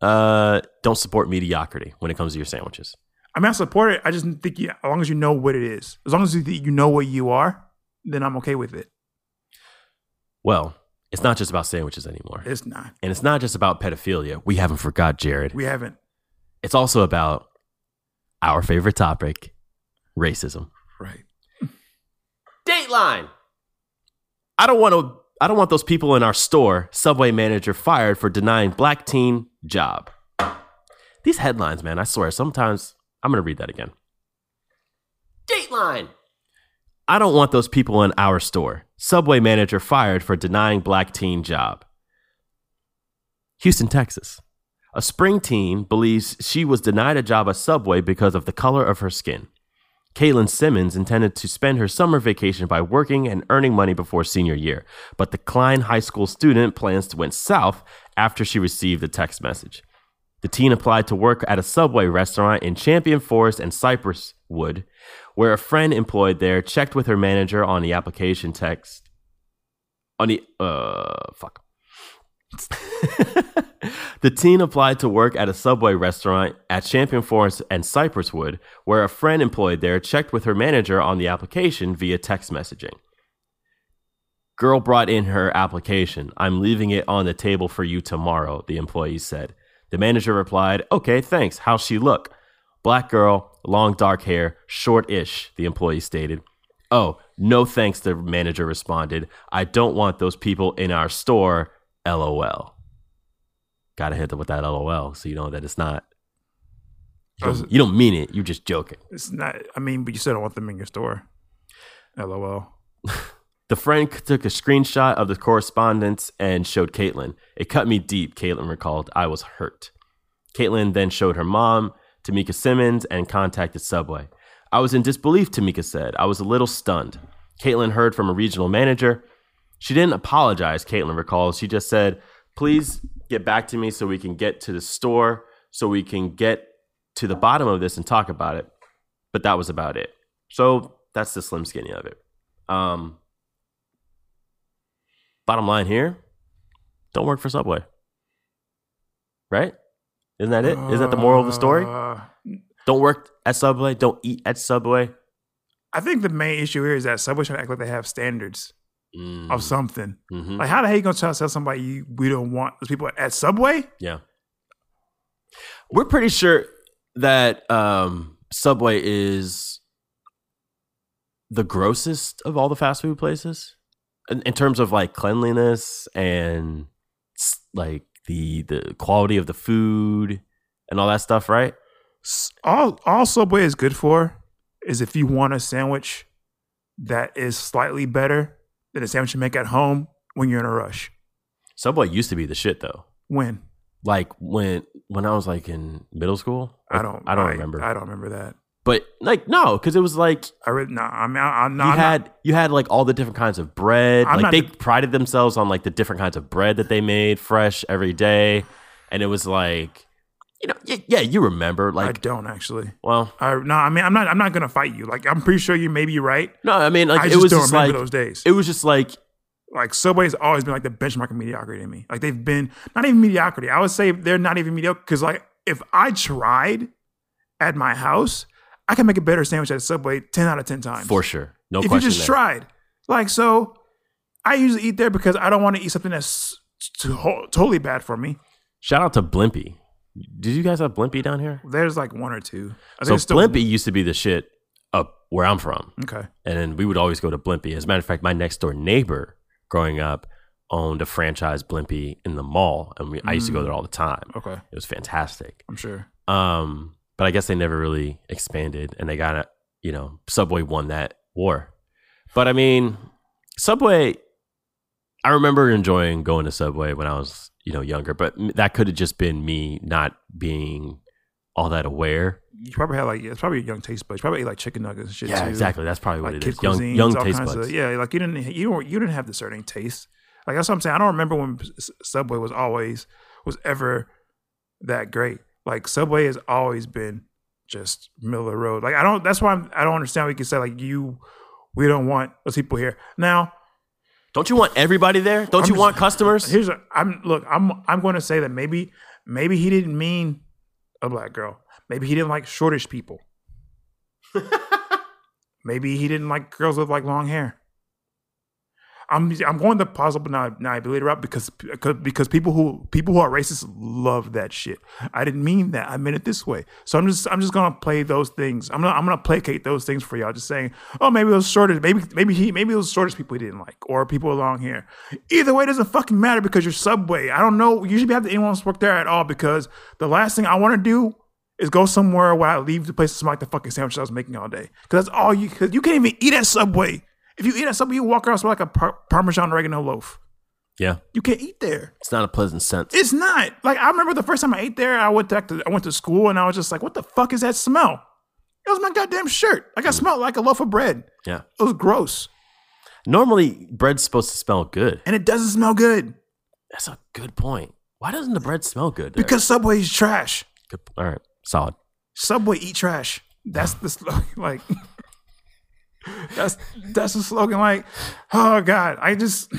Speaker 2: uh, don't support mediocrity when it comes to your sandwiches.
Speaker 1: I mean, I support it. I just think you, as long as you know what it is, as long as you, you know what you are, then I'm okay with it.
Speaker 2: Well, it's not just about sandwiches anymore.
Speaker 1: It's not.
Speaker 2: and it's not just about pedophilia. We haven't forgot, Jared.
Speaker 1: We haven't.
Speaker 2: It's also about our favorite topic, racism.
Speaker 1: Right.
Speaker 2: Dateline. I don't want to. I don't want those people in our store. Subway manager fired for denying black teen job. These headlines, man. I swear. Sometimes I'm gonna read that again. Dateline. I don't want those people in our store. Subway manager fired for denying black teen job. Houston, Texas. A spring teen believes she was denied a job at Subway because of the color of her skin. Caitlin Simmons intended to spend her summer vacation by working and earning money before senior year, but the Klein High School student plans went south after she received a text message. The teen applied to work at a Subway restaurant in Champion Forest and Cypress Wood, where a friend employed there checked with her manager on the application text. On the uh fuck. the teen applied to work at a Subway restaurant at Champion Forest and Cypress Wood, where a friend employed there checked with her manager on the application via text messaging. Girl brought in her application. I'm leaving it on the table for you tomorrow, the employee said. The manager replied, Okay, thanks. How's she look? Black girl, long dark hair, short ish, the employee stated. Oh, no thanks, the manager responded. I don't want those people in our store. LOL. Gotta hit them with that LOL so you know that it's not. You
Speaker 1: Was
Speaker 2: don't,
Speaker 1: it-
Speaker 2: you don't mean it. You're just joking.
Speaker 1: It's not. I mean, but you still don't want them in your store. LOL.
Speaker 2: The friend c- took a screenshot of the correspondence and showed Caitlin. It cut me deep, Caitlin recalled. I was hurt. Caitlin then showed her mom, Tamika Simmons, and contacted Subway. I was in disbelief, Tamika said. I was a little stunned. Caitlin heard from a regional manager. She didn't apologize, Caitlin recalls. She just said, Please get back to me so we can get to the store, so we can get to the bottom of this and talk about it. But that was about it. So that's the slim skinny of it. Um, bottom line here don't work for subway right isn't that it? Is that the moral of the story
Speaker 1: Uh,
Speaker 2: don't work at subway don't eat at subway
Speaker 1: I think the main issue here is that Subway trying to act like they have standards
Speaker 2: Mm,
Speaker 1: of something.
Speaker 2: mhm.
Speaker 1: Like, how the hell you gonna try to tell somebody you, we don't want those people at Subway?
Speaker 2: yeah we're pretty sure that um, subway is the grossest of all the fast food places in, in terms of like cleanliness and s- like the the quality of the food and all that stuff right
Speaker 1: S- All all Subway is good for is if you want a sandwich that is slightly better than a sandwich you make at home when you're in a rush.
Speaker 2: subway used to be the shit though
Speaker 1: When
Speaker 2: like when when I was like in middle school.
Speaker 1: I don't,
Speaker 2: I don't remember.
Speaker 1: I don't remember that.
Speaker 2: but like no, because it was like
Speaker 1: I really, nah, I mean, I, I'm not.
Speaker 2: you
Speaker 1: I'm not-
Speaker 2: had you had like all the different kinds of bread.
Speaker 1: I'm
Speaker 2: like
Speaker 1: not
Speaker 2: they
Speaker 1: the-
Speaker 2: prided themselves on like the different kinds of bread that they made fresh every day, and it was like you know y- yeah you remember
Speaker 1: I
Speaker 2: like
Speaker 1: don't actually.
Speaker 2: well
Speaker 1: I no, I mean, I'm not. I'm not gonna fight you. Like, I'm pretty sure you may be right.
Speaker 2: no I mean like
Speaker 1: I
Speaker 2: it
Speaker 1: just
Speaker 2: was
Speaker 1: don't
Speaker 2: just
Speaker 1: remember
Speaker 2: like
Speaker 1: those days.
Speaker 2: it was just like
Speaker 1: like Subway's always been like the benchmark of mediocrity to me. Like they've been not even mediocrity. I would say they're not even mediocre because like if I tried at my house, I can make a better sandwich at Subway ten out of ten times.
Speaker 2: for sure no
Speaker 1: if you
Speaker 2: question
Speaker 1: just
Speaker 2: there.
Speaker 1: tried, like so, I usually eat there because I don't want to eat something that's to- totally bad for me.
Speaker 2: Shout out to Blimpy. Did you guys have Blimpy down here?
Speaker 1: There's like one or two. I
Speaker 2: So
Speaker 1: it's still-
Speaker 2: Blimpy used to be the shit up where I'm from.
Speaker 1: Okay.
Speaker 2: And then we would always go to Blimpie. As a matter of fact, my next door neighbor growing up owned a franchise Blimpie in the mall. And we, I used to
Speaker 1: Mm.
Speaker 2: go there all the time.
Speaker 1: Okay.
Speaker 2: It was fantastic.
Speaker 1: I'm sure.
Speaker 2: Um, but I guess they never really expanded and they got a, you know, Subway won that war. But I mean, Subway, I remember enjoying going to Subway when I was, you know, younger, but m- that could have just been me not being all that aware.
Speaker 1: You probably had like yeah, it's probably a young taste buds. You probably ate like chicken nuggets and shit
Speaker 2: Yeah,
Speaker 1: too.
Speaker 2: exactly. That's probably what
Speaker 1: like
Speaker 2: it
Speaker 1: kid
Speaker 2: is. Young,
Speaker 1: cuisines,
Speaker 2: young
Speaker 1: all
Speaker 2: taste
Speaker 1: kinds
Speaker 2: buds.
Speaker 1: Of, yeah, like you didn't you weren't you didn't have discerning taste. Like that's what I'm saying. I don't remember when S- Subway was always was ever that great. Like Subway has always been just middle of the road. Like I don't. That's why I'm, I don't understand. We can say like you, we don't want those people here now.
Speaker 2: Don't you want everybody there?
Speaker 1: I'm
Speaker 2: Don't you
Speaker 1: just-
Speaker 2: want customers?
Speaker 1: Here's a, I'm look. I'm I'm going to say that maybe maybe he didn't mean a black girl. Maybe he didn't like shortish people. maybe he didn't like girls with like long hair. I'm I'm going the possible not annihilator route because because because people who people who are racist love that shit. I didn't mean that. I meant it this way. So I'm just I'm just gonna play those things. I'm gonna I'm gonna placate those things for y'all. Just saying, oh maybe those shortest maybe maybe he maybe those shortest people he didn't like or people with long hair. Either way, it doesn't fucking matter because you're subway. I don't know. You should be have to anyone else work there at all because the last thing I want to do is go somewhere where I leave the place to smell like the fucking sandwich I was making all day. Because that's all you. Because you can't even eat at Subway. If you eat at Subway, you walk around smell like a par- Parmesan oregano loaf.
Speaker 2: yeah,
Speaker 1: You can't eat there.
Speaker 2: it's not a pleasant sense.
Speaker 1: It's not like I remember the first time I ate there. I went back to I went to school and I was just like, "What the fuck is that smell?" It was my goddamn shirt. Like I smelled like a loaf of bread.
Speaker 2: Yeah.
Speaker 1: It was gross.
Speaker 2: Normally, bread's supposed to smell good.
Speaker 1: And it doesn't smell good
Speaker 2: That's a good point. Why doesn't the bread smell good? Derek?
Speaker 1: because Subway's trash.
Speaker 2: Good- all right, solid.
Speaker 1: Subway eat trash. That's the slogan. Like that's that's the slogan. Like, oh God. I just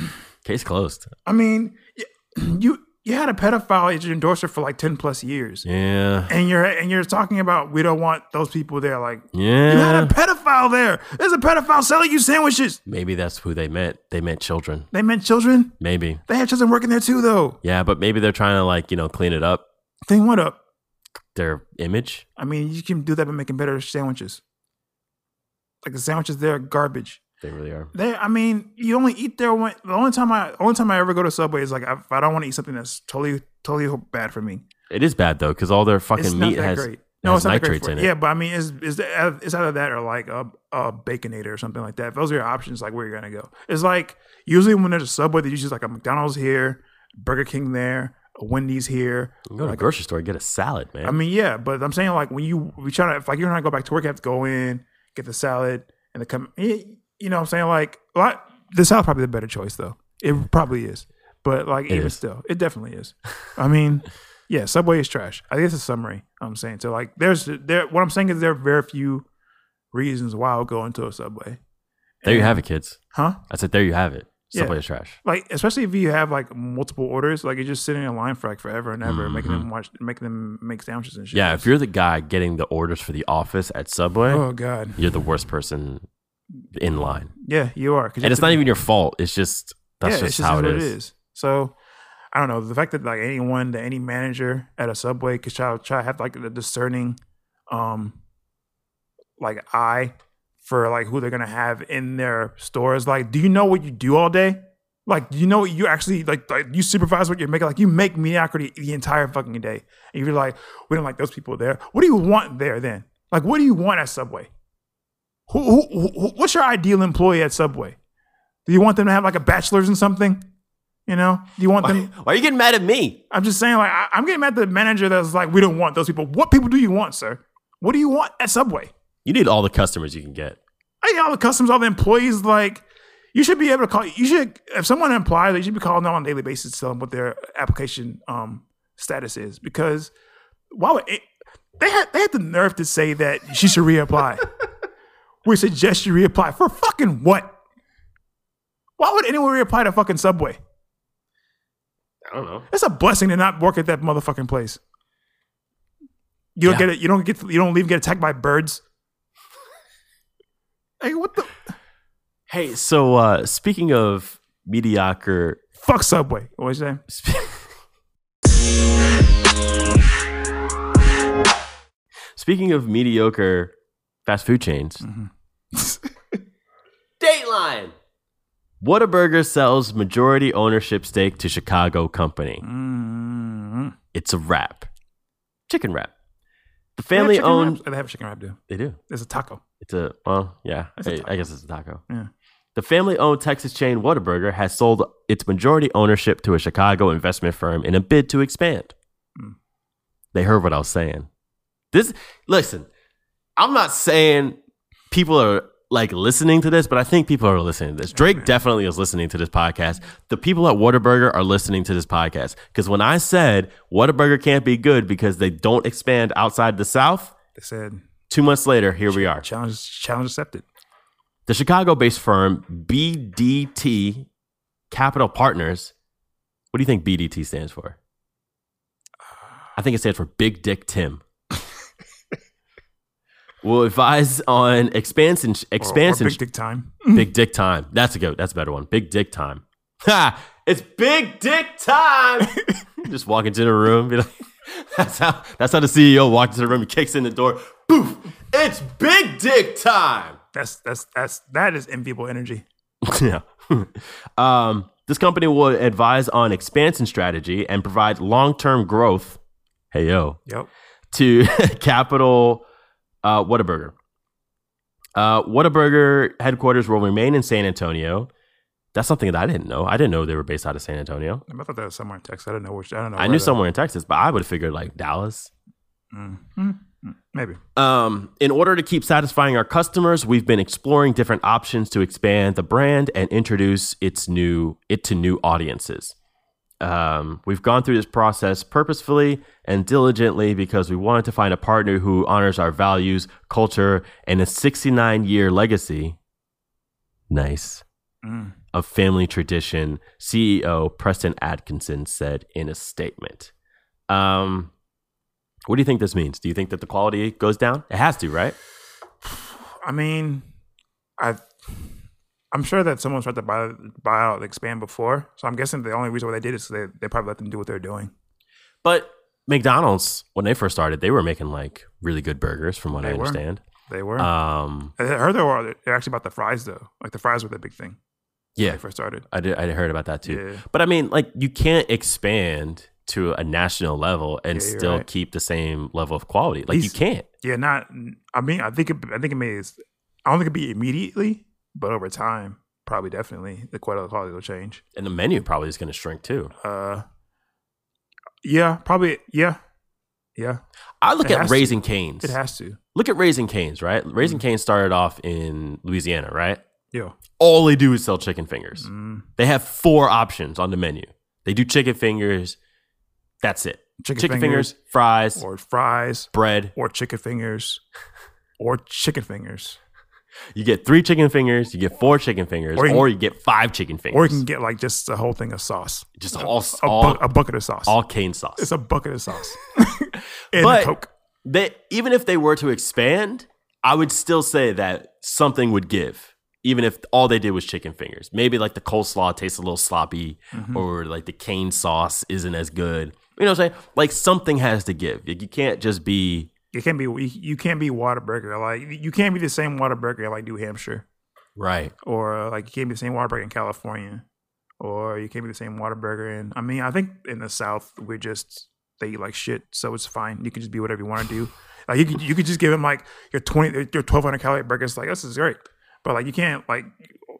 Speaker 2: Case closed.
Speaker 1: I mean, y- you you had a pedophile as your endorser for like 10 plus years.
Speaker 2: Yeah,
Speaker 1: And you're and you're talking about we don't want those people there. Like you had
Speaker 2: yeah.
Speaker 1: a pedophile there. There's a pedophile selling you sandwiches.
Speaker 2: Maybe that's who they meant. They meant children.
Speaker 1: They meant children.
Speaker 2: Maybe.
Speaker 1: They had children working there too, though.
Speaker 2: Yeah, but maybe they're trying to like you know clean it up.
Speaker 1: Thing what up?
Speaker 2: Their image.
Speaker 1: I mean, you can do that by making better sandwiches. Like the sandwiches there are garbage.
Speaker 2: They really are.
Speaker 1: They, I mean, you only eat there when the only time I only time I ever go to Subway is like if I don't want to eat something that's totally totally bad for me.
Speaker 2: It is bad though, because all their fucking
Speaker 1: it's
Speaker 2: meat
Speaker 1: not that
Speaker 2: has
Speaker 1: great. No,
Speaker 2: has
Speaker 1: it's not that great
Speaker 2: nitrates
Speaker 1: for
Speaker 2: in
Speaker 1: it.
Speaker 2: it.
Speaker 1: Yeah, but I mean, it's, it's, it's either that or like a, a baconator or something like that. If those are your options, like where you're gonna go. It's like usually when there's a Subway, there's usually like a McDonald's here, Burger King there, a Wendy's here,
Speaker 2: You can go to the
Speaker 1: like-
Speaker 2: grocery store and get a salad, man.
Speaker 1: I mean, yeah, but I'm saying like when you we try to if like you're not go back to work, you have to go in, get the salad, and the come. You know, what I'm saying like a lot. The salad's probably the better choice though. It probably is, but like even
Speaker 2: is.
Speaker 1: still, it definitely is. I mean, yeah, Subway is trash. I guess a summary. I'm saying so. Like there's there. What I'm saying is there are very few reasons why I'll go into a Subway.
Speaker 2: there you have it, kids.
Speaker 1: Huh?
Speaker 2: I said, there you have it.
Speaker 1: Yeah.
Speaker 2: Subway's trash.
Speaker 1: Like especially if you have like multiple orders, like you're just sitting in line for like forever and ever, making
Speaker 2: Mhm.
Speaker 1: them watch, making them make sandwiches and shit.
Speaker 2: Yeah, if you're the guy getting the orders for the office at Subway,
Speaker 1: oh god,
Speaker 2: you're the worst person in line.
Speaker 1: yeah, you are. 'cause you
Speaker 2: And
Speaker 1: have
Speaker 2: it's
Speaker 1: to
Speaker 2: not
Speaker 1: be-
Speaker 2: even your fault. It's just that's
Speaker 1: it's
Speaker 2: just, how
Speaker 1: what
Speaker 2: it is.
Speaker 1: So I don't know the fact that like anyone, that any manager at a subway could try try to have like the discerning, um, like eye for like who they're gonna have in their stores. Like, do you know what you do all day? Like, do you know what you actually like? Like, you supervise what you're making. Like, you make mediocrity the entire fucking day, and you're like, we don't like those people there. What do you want there then? Like, what do you want at Subway? Who, who, who what's your ideal employee at Subway? Do you want them to have like a bachelor's in something? You know? Do you want them?
Speaker 2: Why are you getting mad at me?
Speaker 1: I'm just saying, like, I, I'm getting mad at the manager that's like, we don't want those people. What people do you want, sir? What do you want at Subway?
Speaker 2: You need all the customers you can get.
Speaker 1: I get all the customers, all the employees. Like, you should be able to call. You should, if someone implies that you should be calling them on a daily basis to tell them what their application um, status is, because why would it, they had they had the nerve to say that she should reapply? we suggest you reapply for fucking what? Why would anyone reapply to fucking Subway?
Speaker 2: I don't know.
Speaker 1: It's a blessing to not work at that motherfucking place. You don't
Speaker 2: Yeah.
Speaker 1: get it. You don't get. You don't leave. Get attacked by birds. Hey, what the
Speaker 2: Hey, so uh speaking of mediocre
Speaker 1: fuck Subway? What was that?
Speaker 2: Speaking of mediocre fast food chains,
Speaker 1: Mm-hmm.
Speaker 2: Dateline. Whataburger sells majority ownership stake to Chicago company.
Speaker 1: mm
Speaker 2: It's a wrap. Chicken wrap.
Speaker 1: They
Speaker 2: The
Speaker 1: have
Speaker 2: family
Speaker 1: chicken
Speaker 2: owned.
Speaker 1: wraps? They have chicken wrap, dude.
Speaker 2: They do.
Speaker 1: There's a taco.
Speaker 2: It's a well, yeah.
Speaker 1: It's a
Speaker 2: I
Speaker 1: taco.
Speaker 2: I guess it's a taco.
Speaker 1: Yeah.
Speaker 2: The family-owned Texas chain Whataburger has sold its majority ownership to a Chicago investment firm in a bid to expand.
Speaker 1: Hmm.
Speaker 2: They heard what I was saying. This listen, I'm not saying people are like listening to this, but I think people are listening to this. Drake definitely is listening to this podcast. The people at Whataburger are listening to this podcast because when I said Whataburger can't be good because they don't expand outside the South,
Speaker 1: They said
Speaker 2: two months later here we are.
Speaker 1: challenge challenge accepted.
Speaker 2: The Chicago based firm BDT Capital Partners. What do you think BDT stands for? I think it stands for Big Dick Tim. will advise on expansion,
Speaker 1: Or- or
Speaker 2: expansion,
Speaker 1: big dick time.
Speaker 2: Big Dick Time. That's a good. That's a better one. Big Dick Time. Ha! It's Big Dick Time. Just walk into the room. Be like, that's how. That's how the CEO walks into the room. He kicks in the door. Boof! It's Big Dick Time.
Speaker 1: That's that's that's that is enviable energy.
Speaker 2: yeah. um, this company will advise on expansion strategy and provide long-term growth. Hey yo,
Speaker 1: Yep.
Speaker 2: to Capital uh, Whataburger. Uh, Whataburger headquarters will remain in San Antonio. That's something that I didn't know. I didn't know they were based out of San Antonio.
Speaker 1: I thought that was somewhere in Texas. I don't know which. I don't know.
Speaker 2: I
Speaker 1: where
Speaker 2: knew
Speaker 1: the-
Speaker 2: somewhere in Texas, but I would have figured like Dallas.
Speaker 1: Mm. Mm. Maybe.
Speaker 2: Um, in order to keep satisfying our customers, we've been exploring different options to expand the brand and introduce its new it to new audiences. Um, we've gone through this process purposefully and diligently because we wanted to find a partner who honors our values, culture, and a 69 year legacy. Nice.
Speaker 1: Mm.
Speaker 2: Of family tradition, CEO Preston Atkinson said in a statement. Um, what do you think this means? Do you think that the quality goes down? It has to, right?
Speaker 1: I mean, I, I'm sure that someone's tried to buy buy out expand before. So I'm guessing the only reason why they did is they they probably let them do what they're doing.
Speaker 2: But McDonald's, when they first started, they were making like really good burgers, from what I
Speaker 1: They were.
Speaker 2: understand.
Speaker 1: They were.
Speaker 2: Um,
Speaker 1: I heard they were. They're actually about the fries though. Like the fries were the big thing. when
Speaker 2: yeah,
Speaker 1: they first started.
Speaker 2: I did. I heard about that too.
Speaker 1: Yeah.
Speaker 2: But I mean, like, you can't expand to a national level and
Speaker 1: Yeah, you're
Speaker 2: still
Speaker 1: right.
Speaker 2: keep the same level of quality. Like, you
Speaker 1: He's-
Speaker 2: can't.
Speaker 1: Yeah, not. I mean, I think it, I think it may. I don't think it'd be immediately, but over time, probably definitely the quality quality will change.
Speaker 2: And the menu probably is going to shrink too.
Speaker 1: Uh, yeah, probably. Yeah, yeah,
Speaker 2: I look
Speaker 1: It Mm.
Speaker 2: at
Speaker 1: has to.
Speaker 2: Raising Canes.
Speaker 1: it has to.
Speaker 2: Look at Raising Canes, right? Raising Canes started off in Louisiana, right?
Speaker 1: Yeah.
Speaker 2: All they do is sell chicken fingers.
Speaker 1: Mm.
Speaker 2: They have four options on the menu. They do chicken fingers. That's it.
Speaker 1: Chicken,
Speaker 2: Chicken fingers, fries,
Speaker 1: or fries,
Speaker 2: bread.
Speaker 1: or chicken fingers, or chicken fingers,
Speaker 2: You get three chicken fingers. You get four chicken fingers,
Speaker 1: Or
Speaker 2: or
Speaker 1: you
Speaker 2: you,
Speaker 1: can-
Speaker 2: get five chicken fingers.
Speaker 1: or you can get like just a whole thing of sauce,
Speaker 2: just all
Speaker 1: a,
Speaker 2: all,
Speaker 1: bu- a bucket of sauce.
Speaker 2: all cane sauce.
Speaker 1: it's a bucket of sauce and
Speaker 2: But-
Speaker 1: a coke.
Speaker 2: they even if they were to expand, I would still say that something would give. Even if all they did was chicken fingers, maybe like the coleslaw tastes a little sloppy, or like the cane sauce isn't as good. You know what I'm saying? Like something has to give. Like you can't just be
Speaker 1: It can't be. You, you can't be Whataburger. Like you can't be the same Whataburger in, like New Hampshire.
Speaker 2: right.
Speaker 1: or uh, like you can't be the same Whataburger in California, or you can't be the same Whataburger in. I mean, I think in the South we're just they eat like shit, so it's fine. You can just be whatever you want to do. Like you could you could just give them like your twenty your twelve hundred calorie burgers. Like this is great, but like you can't like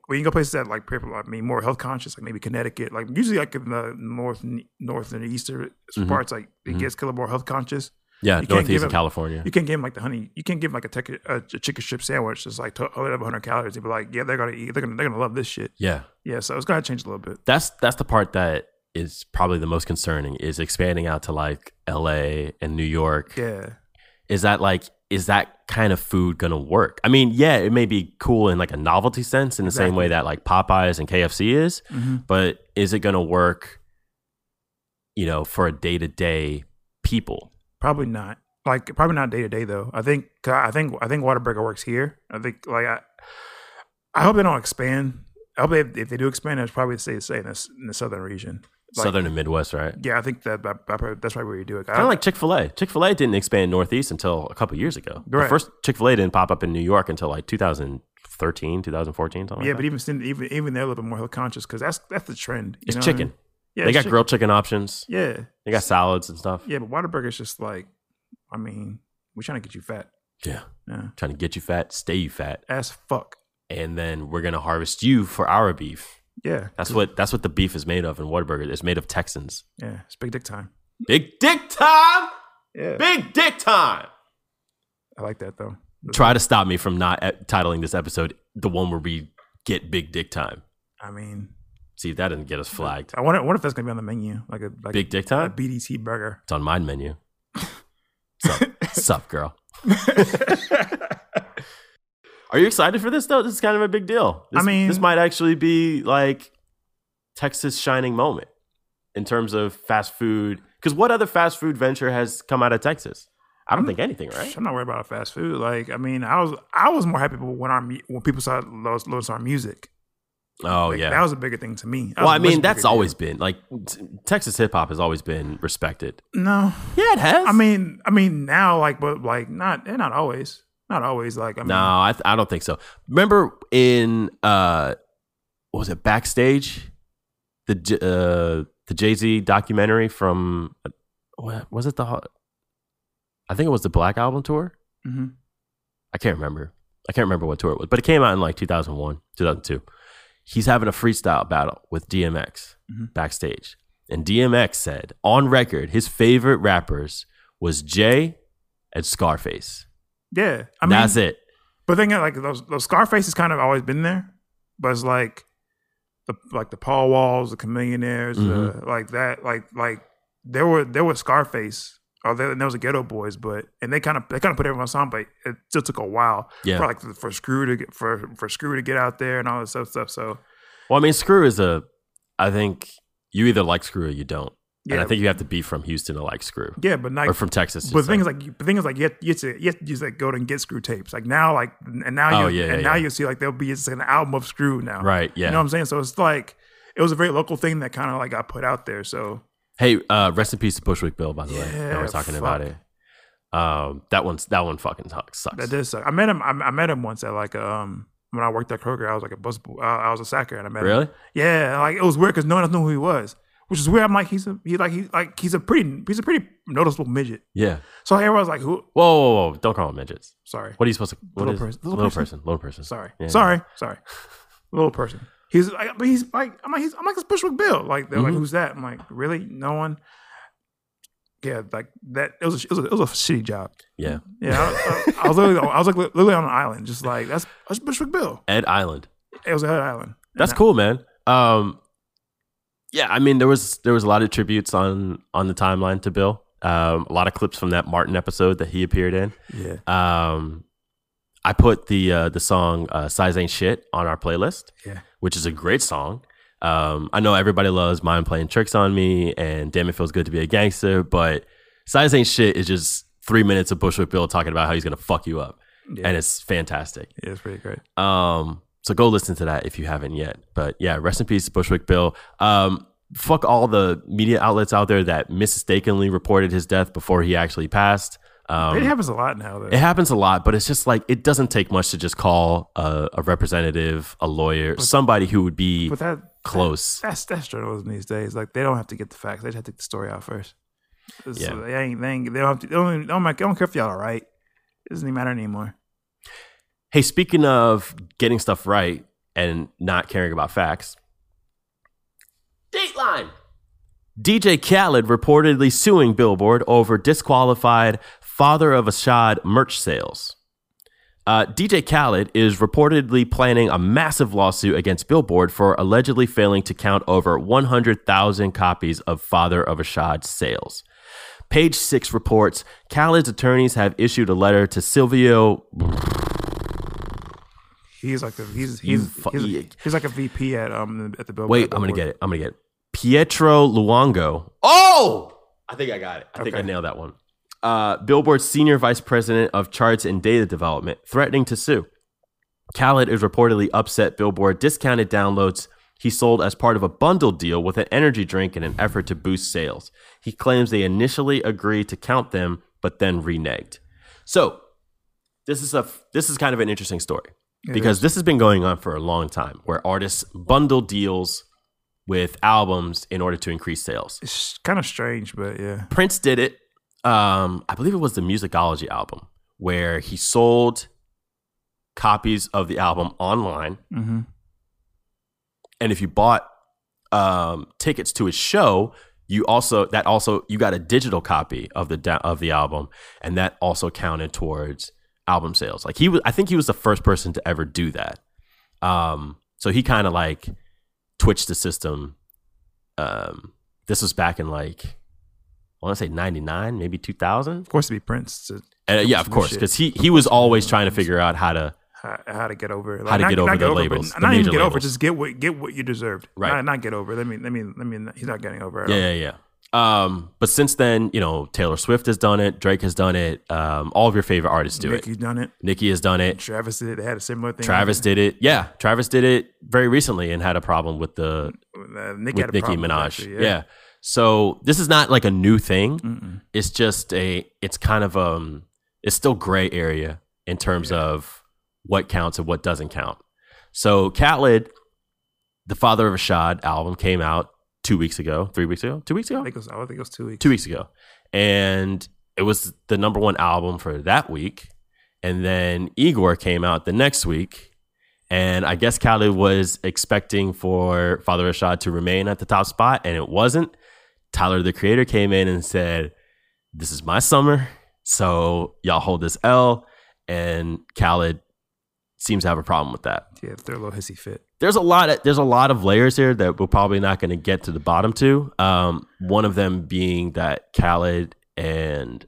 Speaker 1: when you go places that like people I mean more health conscious, like maybe Connecticut, like usually like in the north north and eastern
Speaker 2: Mhm.
Speaker 1: parts, like it
Speaker 2: Mhm.
Speaker 1: gets a little more health conscious.
Speaker 2: Yeah,
Speaker 1: You can't give
Speaker 2: northeastern
Speaker 1: them-
Speaker 2: California.
Speaker 1: You can't give them like the honey. You can't give them like a, tech, a, a chicken strip sandwich that's like over 100 calories. They'd be like, yeah, they're gonna eat. They're gonna they're gonna love this shit.
Speaker 2: Yeah,
Speaker 1: Yeah, so it's gonna change a little bit.
Speaker 2: that's that's the part that is probably the most concerning is expanding out to like L.A. and New York.
Speaker 1: Yeah,
Speaker 2: is that like is that kind of food gonna work? I mean, yeah, it may be cool in like a novelty sense, in the same way
Speaker 1: Exactly.
Speaker 2: that like Popeyes and KFC is, but is it gonna work? You know, for a day to day people,
Speaker 1: probably not. Like probably not day to day though. I think 'cause I think I think Waterburger works here. I think like I, I hope they don't expand. I hope if, if they do expand, it's probably say say in this in the southern region. Like,
Speaker 2: southern and Midwest, right?
Speaker 1: Yeah, I think that, that, that probably, that's probably where you do it. I,
Speaker 2: Kind of like Chick Fil A. Chick Fil A didn't expand Northeast until a couple years ago. The
Speaker 1: Right.
Speaker 2: first Chick Fil A didn't pop up in New York until like 2013, 2014, something.
Speaker 1: yeah,
Speaker 2: like
Speaker 1: but
Speaker 2: that.
Speaker 1: even still- even even they're a little bit more health conscious because that's that's the trend. you
Speaker 2: it's
Speaker 1: know what I
Speaker 2: chicken.
Speaker 1: mean? Yeah,
Speaker 2: they
Speaker 1: it's
Speaker 2: got
Speaker 1: chicken.
Speaker 2: grilled chicken options.
Speaker 1: Yeah,
Speaker 2: They got salads and stuff.
Speaker 1: Yeah, but Whataburger's just like, I mean, we're trying to get you fat.
Speaker 2: Yeah.
Speaker 1: Yeah.
Speaker 2: Trying to get you fat, stay you fat.
Speaker 1: As fuck.
Speaker 2: and then we're gonna harvest you for our beef.
Speaker 1: Yeah.
Speaker 2: That's what that's what the beef is made of in Whataburger. It's made of Texans.
Speaker 1: Yeah. It's big dick time.
Speaker 2: Big dick time!
Speaker 1: Yeah.
Speaker 2: Big dick time!
Speaker 1: I like that though.
Speaker 2: Try to stop me from not uh, titling this episode the one where we get big dick time.
Speaker 1: I mean,
Speaker 2: See, if that didn't get us flagged.
Speaker 1: I wonder, I wonder if that's gonna be on the menu, like a like
Speaker 2: Big dick
Speaker 1: a,
Speaker 2: time?
Speaker 1: BDT burger.
Speaker 2: It's on my menu. Sup, sup, girl. Are you excited for this though? This is kind of a big deal.
Speaker 1: I
Speaker 2: This-
Speaker 1: mean-
Speaker 2: this might actually be like Texas shining moment in terms of fast food. Because what other fast food venture has come out of Texas? I don't think anything, right?
Speaker 1: I'm not worried about fast food. Like, I mean, I was I was more happy when our mu- when people started notice notice our music.
Speaker 2: Oh
Speaker 1: Like,
Speaker 2: yeah.
Speaker 1: that was a bigger thing to me. That
Speaker 2: well,
Speaker 1: was
Speaker 2: I
Speaker 1: a much
Speaker 2: mean, that's
Speaker 1: bigger
Speaker 2: always been like t- Texas hip hop has always been respected.
Speaker 1: deal. no.
Speaker 2: Yeah, it has.
Speaker 1: I mean, I mean now, like, but like not, eh, not always, not always. Like, I mean,
Speaker 2: no, I, th- I don't think so. Remember in uh, what was it backstage, the J- uh, the Jay Z documentary from uh, what was it the ho- I think it was the Black Album tour.
Speaker 1: Mhm.
Speaker 2: I can't remember. I can't remember what tour it was, but it came out in like 2001, 2002. He's having a freestyle battle with DMX
Speaker 1: Mhm.
Speaker 2: backstage. And DMX said on record his favorite rappers was Jay at Scarface.
Speaker 1: Yeah, I mean,
Speaker 2: That's it.
Speaker 1: But then again, like those those Scarface has kind of always been there, but it's like the like the Paul Walls, the Chameleonaires,
Speaker 2: Mm-hmm.
Speaker 1: the, like that, like like there were there was Scarface, or there, and there was the Ghetto Boys, but and they kind of they kind of put everyone on, but it still took a while
Speaker 2: Yeah.
Speaker 1: for like for Screw to get for for Screw to get out there and all this stuff stuff. So
Speaker 2: Well, I mean, Screw is a. I think you either like Screw or you don't. And
Speaker 1: yeah,
Speaker 2: I think you have to be from Houston to like Screw
Speaker 1: yeah, but like
Speaker 2: or from Texas.
Speaker 1: But
Speaker 2: to
Speaker 1: the thing is,
Speaker 2: say-
Speaker 1: like, you- the thing is, like, you have, you have to, you have to just like go and get screw tapes. Like now, like, and now
Speaker 2: Oh,
Speaker 1: you,
Speaker 2: yeah,
Speaker 1: and
Speaker 2: yeah,
Speaker 1: now
Speaker 2: yeah.
Speaker 1: you see like there'll be it's an album of screw now,
Speaker 2: right? Yeah.
Speaker 1: You know what I'm saying? So it's like it was a very local thing that kind of like got put out there. So
Speaker 2: hey, uh, rest in peace to Bushwick Bill. By the way, that
Speaker 1: Yeah,
Speaker 2: we're talking about
Speaker 1: fuck.
Speaker 2: it. Um, that one's that one fucking sucks.
Speaker 1: that
Speaker 2: sucks.
Speaker 1: did suck. I met him. I, I met him once at like um when I worked at Kroger. I was like a bus. Uh, I was a sacker, and I met him.
Speaker 2: Really?
Speaker 1: Yeah, like it was weird because no one else knew who he was, which is weird. I'm like he's a he like he like he's a pretty he's a pretty noticeable midget.
Speaker 2: Yeah.
Speaker 1: So everyone's like, who?
Speaker 2: Whoa, whoa, whoa! Don't call them midgets.
Speaker 1: Sorry,
Speaker 2: What are you supposed to? what
Speaker 1: Little
Speaker 2: is-
Speaker 1: person- little
Speaker 2: Little
Speaker 1: person.
Speaker 2: person. Little person.
Speaker 1: Sorry.
Speaker 2: Yeah.
Speaker 1: Sorry. Sorry. Little person. He's like, but he's like, I'm like, he's, I'm like, it's Bushwick Bill. Like, they're like,
Speaker 2: Mhm.
Speaker 1: who's that? I'm like, really? No one? Yeah, like that. It was a, it was a, it was a shitty job.
Speaker 2: Yeah.
Speaker 1: Yeah. I, I, I was literally, I was like, literally on an island, just like, that's, that's Bushwick Bill.
Speaker 2: Ed Island.
Speaker 1: It was a head island.
Speaker 2: That's
Speaker 1: And I-
Speaker 2: cool, man. Um, yeah, I mean there was there was a lot of tributes on on the timeline to Bill. Um, a lot of clips from that Martin episode that he appeared in.
Speaker 1: Yeah.
Speaker 2: Um, I put the uh, the song uh, "Size Ain't Shit" on our playlist,
Speaker 1: Yeah.
Speaker 2: which is a great song. Um, I know everybody loves "Mind Playing Tricks on Me" and "Damn It Feels Good to Be a Gangster," but "Size Ain't Shit" is just three minutes of Bushwick Bill talking about how he's gonna fuck you up,
Speaker 1: Yeah.
Speaker 2: and it's fantastic.
Speaker 1: yeah, it's pretty great.
Speaker 2: Um, so go listen to that if you haven't yet. But yeah, rest in peace, Bushwick Bill. Um, fuck all the media outlets out there that mistakenly reported his death before he actually passed. Um,
Speaker 1: it happens a lot now, though.
Speaker 2: it happens a lot, but it's just like it doesn't take much to just call a, a representative, a lawyer, somebody who would be
Speaker 1: but that,
Speaker 2: close.
Speaker 1: that's, that's journalism these days. Like, they don't have to get the facts. They just have to get the story out first. It's-
Speaker 2: Yeah.
Speaker 1: They ain't, they ain't, they don't have to, they don't, they don't, they don't care if y'all are right. It doesn't even matter anymore.
Speaker 2: Hey, speaking of getting stuff right and not caring about facts, Dateline. DJ Khaled reportedly suing Billboard over disqualified Father of Ashad merch sales. Uh, DJ Khaled is reportedly planning a massive lawsuit against Billboard for allegedly failing to count over 100,000 copies of Father of Ashad sales. Page Six reports Khaled's attorneys have issued a letter to Silvio
Speaker 1: He's like the he's
Speaker 2: You
Speaker 1: he's
Speaker 2: fu-
Speaker 1: he's,
Speaker 2: yeah.
Speaker 1: he's like a VP at um at the Billboard.
Speaker 2: Wait, I'm gonna get it. I'm gonna get it. Pietro Luongo. Oh, I think I got it. I think I
Speaker 1: Okay.
Speaker 2: nailed that one. Uh, Billboard's senior vice president of charts and data development threatening to sue. Khaled is reportedly upset Billboard discounted downloads he sold as part of a bundle deal with an energy drink in an effort to boost sales. He claims they initially agreed to count them, but then reneged. So, this is a this is kind of an interesting story because this has been going on for a long time where artists bundle deals with albums in order to increase sales.
Speaker 1: It's kind of strange, but yeah,
Speaker 2: Prince did it. Um, I believe it was the Musicology album where he sold copies of the album online,
Speaker 1: mm-hmm.
Speaker 2: and if you bought um, tickets to his show, you also that also you got a digital copy of the da- of the album, and that also counted towards album sales. Like he was, I think he was the first person to ever do that. Um, so he kind of like twitched the system. Um, this was back in like I want to say ninety nine, maybe two thousand.
Speaker 1: of course it'd be Prince. To,
Speaker 2: Uh, yeah, of
Speaker 1: Some
Speaker 2: course,
Speaker 1: shit.
Speaker 2: because he he was always trying to figure out how to
Speaker 1: how, how to get over, like,
Speaker 2: How to get over the
Speaker 1: but
Speaker 2: labels,
Speaker 1: not,
Speaker 2: the
Speaker 1: not even
Speaker 2: major
Speaker 1: get over,
Speaker 2: labels.
Speaker 1: just get what get what you deserved.
Speaker 2: Right.
Speaker 1: not, not get over. Let me let me let me. He's not getting over. At all.
Speaker 2: Yeah, yeah, yeah. Um, but since then, you know, Taylor Swift has done it, Drake has done it, um, all of your favorite artists do it.
Speaker 1: Nicki's Uh, done it.
Speaker 2: Nicki has done it.
Speaker 1: Travis did. it. They had a similar thing.
Speaker 2: Travis did it. Yeah, Travis did it very recently and had a problem with the
Speaker 1: uh, Nick had
Speaker 2: with
Speaker 1: a
Speaker 2: Nicki
Speaker 1: problem with
Speaker 2: Minaj.
Speaker 1: that shit, Mm.
Speaker 2: yeah. So this is not like a new thing.
Speaker 1: Mm-mm.
Speaker 2: It's just a. It's kind of um. It's still gray area in terms of what counts and what doesn't count. So Khaled, the father of Rashad album came out two weeks ago, three weeks ago, two weeks ago
Speaker 1: I think it was. I think it was two weeks.
Speaker 2: two weeks ago, and it was the number one album for that week. And then Igor came out the next week, and I guess Khaled was expecting for Father Rashad to remain at the top spot, and it wasn't. Tyler the Creator came in and said, "This is my summer. So y'all hold this L, and Khaled seems to have a problem with that.
Speaker 1: Yeah, they're a little hissy fit.
Speaker 2: There's a lot. Of, there's a lot of layers here that we're probably not going to get to the bottom to. Um, one of them being that Khaled and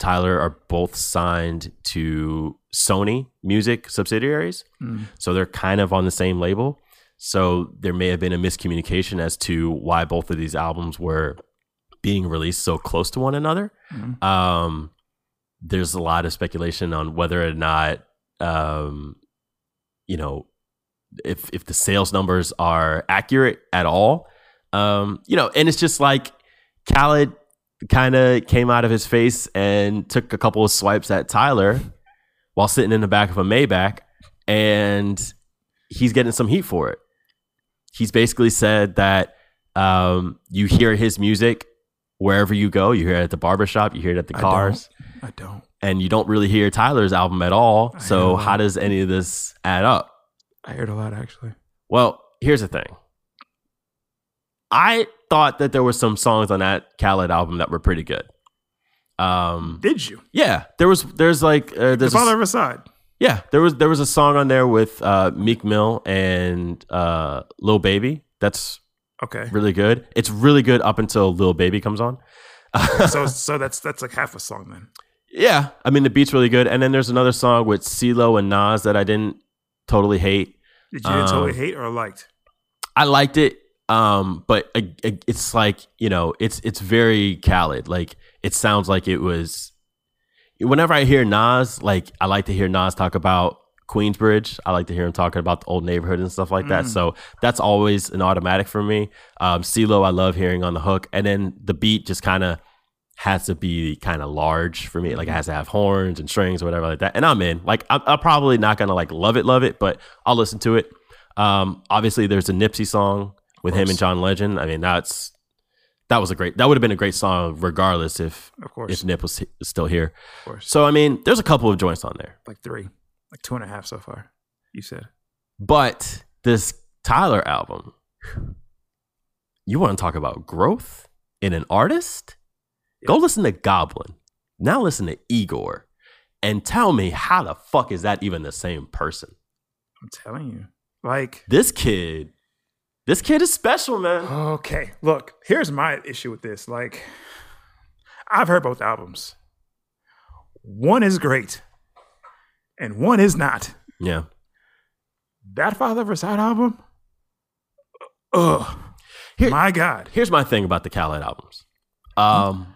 Speaker 2: Tyler are both signed to Sony Music subsidiaries,
Speaker 1: Mm.
Speaker 2: so they're kind of on the same label. So there may have been a miscommunication as to why both of these albums were being released so close to one another.
Speaker 1: Mhm.
Speaker 2: Um, there's a lot of speculation on whether or not, um, you know, if if the sales numbers are accurate at all. Um, you know, and it's just like Khaled kind of came out of his face and took a couple of swipes at Tyler while sitting in the back of a Maybach, and he's getting some heat for it. He's basically said that um, you hear his music wherever you go. You hear it at the barbershop, you hear it at the
Speaker 1: I
Speaker 2: cars,
Speaker 1: I don't.
Speaker 2: and you don't really hear Tyler's album at all.
Speaker 1: I
Speaker 2: so,
Speaker 1: know.
Speaker 2: how does any of this add up?
Speaker 1: I heard a lot actually.
Speaker 2: Well, here's the thing. I thought that there were some songs on that Khaled album that were pretty good. Um,
Speaker 1: Did you?
Speaker 2: yeah, there was there's like uh,
Speaker 1: The
Speaker 2: there's a-
Speaker 1: father of Assad.
Speaker 2: yeah there was there was a song on there with uh, Meek Mill and uh, Lil Baby that's
Speaker 1: Okay.
Speaker 2: really good. It's really good up until Lil Baby comes on.
Speaker 1: so so that's that's like half a song then.
Speaker 2: Yeah, I mean the beat's really good, and then there's another song with CeeLo and Nas that I didn't totally hate.
Speaker 1: Did you totally
Speaker 2: Um,
Speaker 1: hate or liked?
Speaker 2: I liked it, um, but I, I- it's like you know, it's it's very Khaled. Like it sounds like it was. Whenever I hear Nas, like I like to hear Nas talk about Queensbridge. I like to hear him talking about the old neighborhood and stuff like that.
Speaker 1: Mm.
Speaker 2: So that's always an automatic for me. Um, CeeLo, I love hearing on the hook, and then the beat just kind of has to be kind of large for me.
Speaker 1: Mm.
Speaker 2: Like it has to have horns and strings or whatever like that. And I'm in. Like I'm, I'm probably not gonna like love it, love it, but I'll listen to it. Um, obviously, there's a Nipsey song with him
Speaker 1: course.
Speaker 2: and John Legend. I mean, that's that was a great. That would have been a great song regardless if
Speaker 1: Of course.
Speaker 2: if Nip was h- still here.
Speaker 1: of course.
Speaker 2: So I mean, there's a couple of joints on there,
Speaker 1: like three. Like two and a half so far. You said.
Speaker 2: but this Tyler album, you want to talk about growth in an artist? Go listen to Goblin. Now listen to Igor, and tell me how the fuck is that even the same person?
Speaker 1: I'm telling you. Like
Speaker 2: This kid, this kid is special, man.
Speaker 1: Okay, look, here's my issue with this. Like, I've heard both albums. One is great, and one is not.
Speaker 2: Yeah.
Speaker 1: That Father of a Side album? Ugh.
Speaker 2: Here-
Speaker 1: my God.
Speaker 2: Here's my thing about the Khaled albums. Um,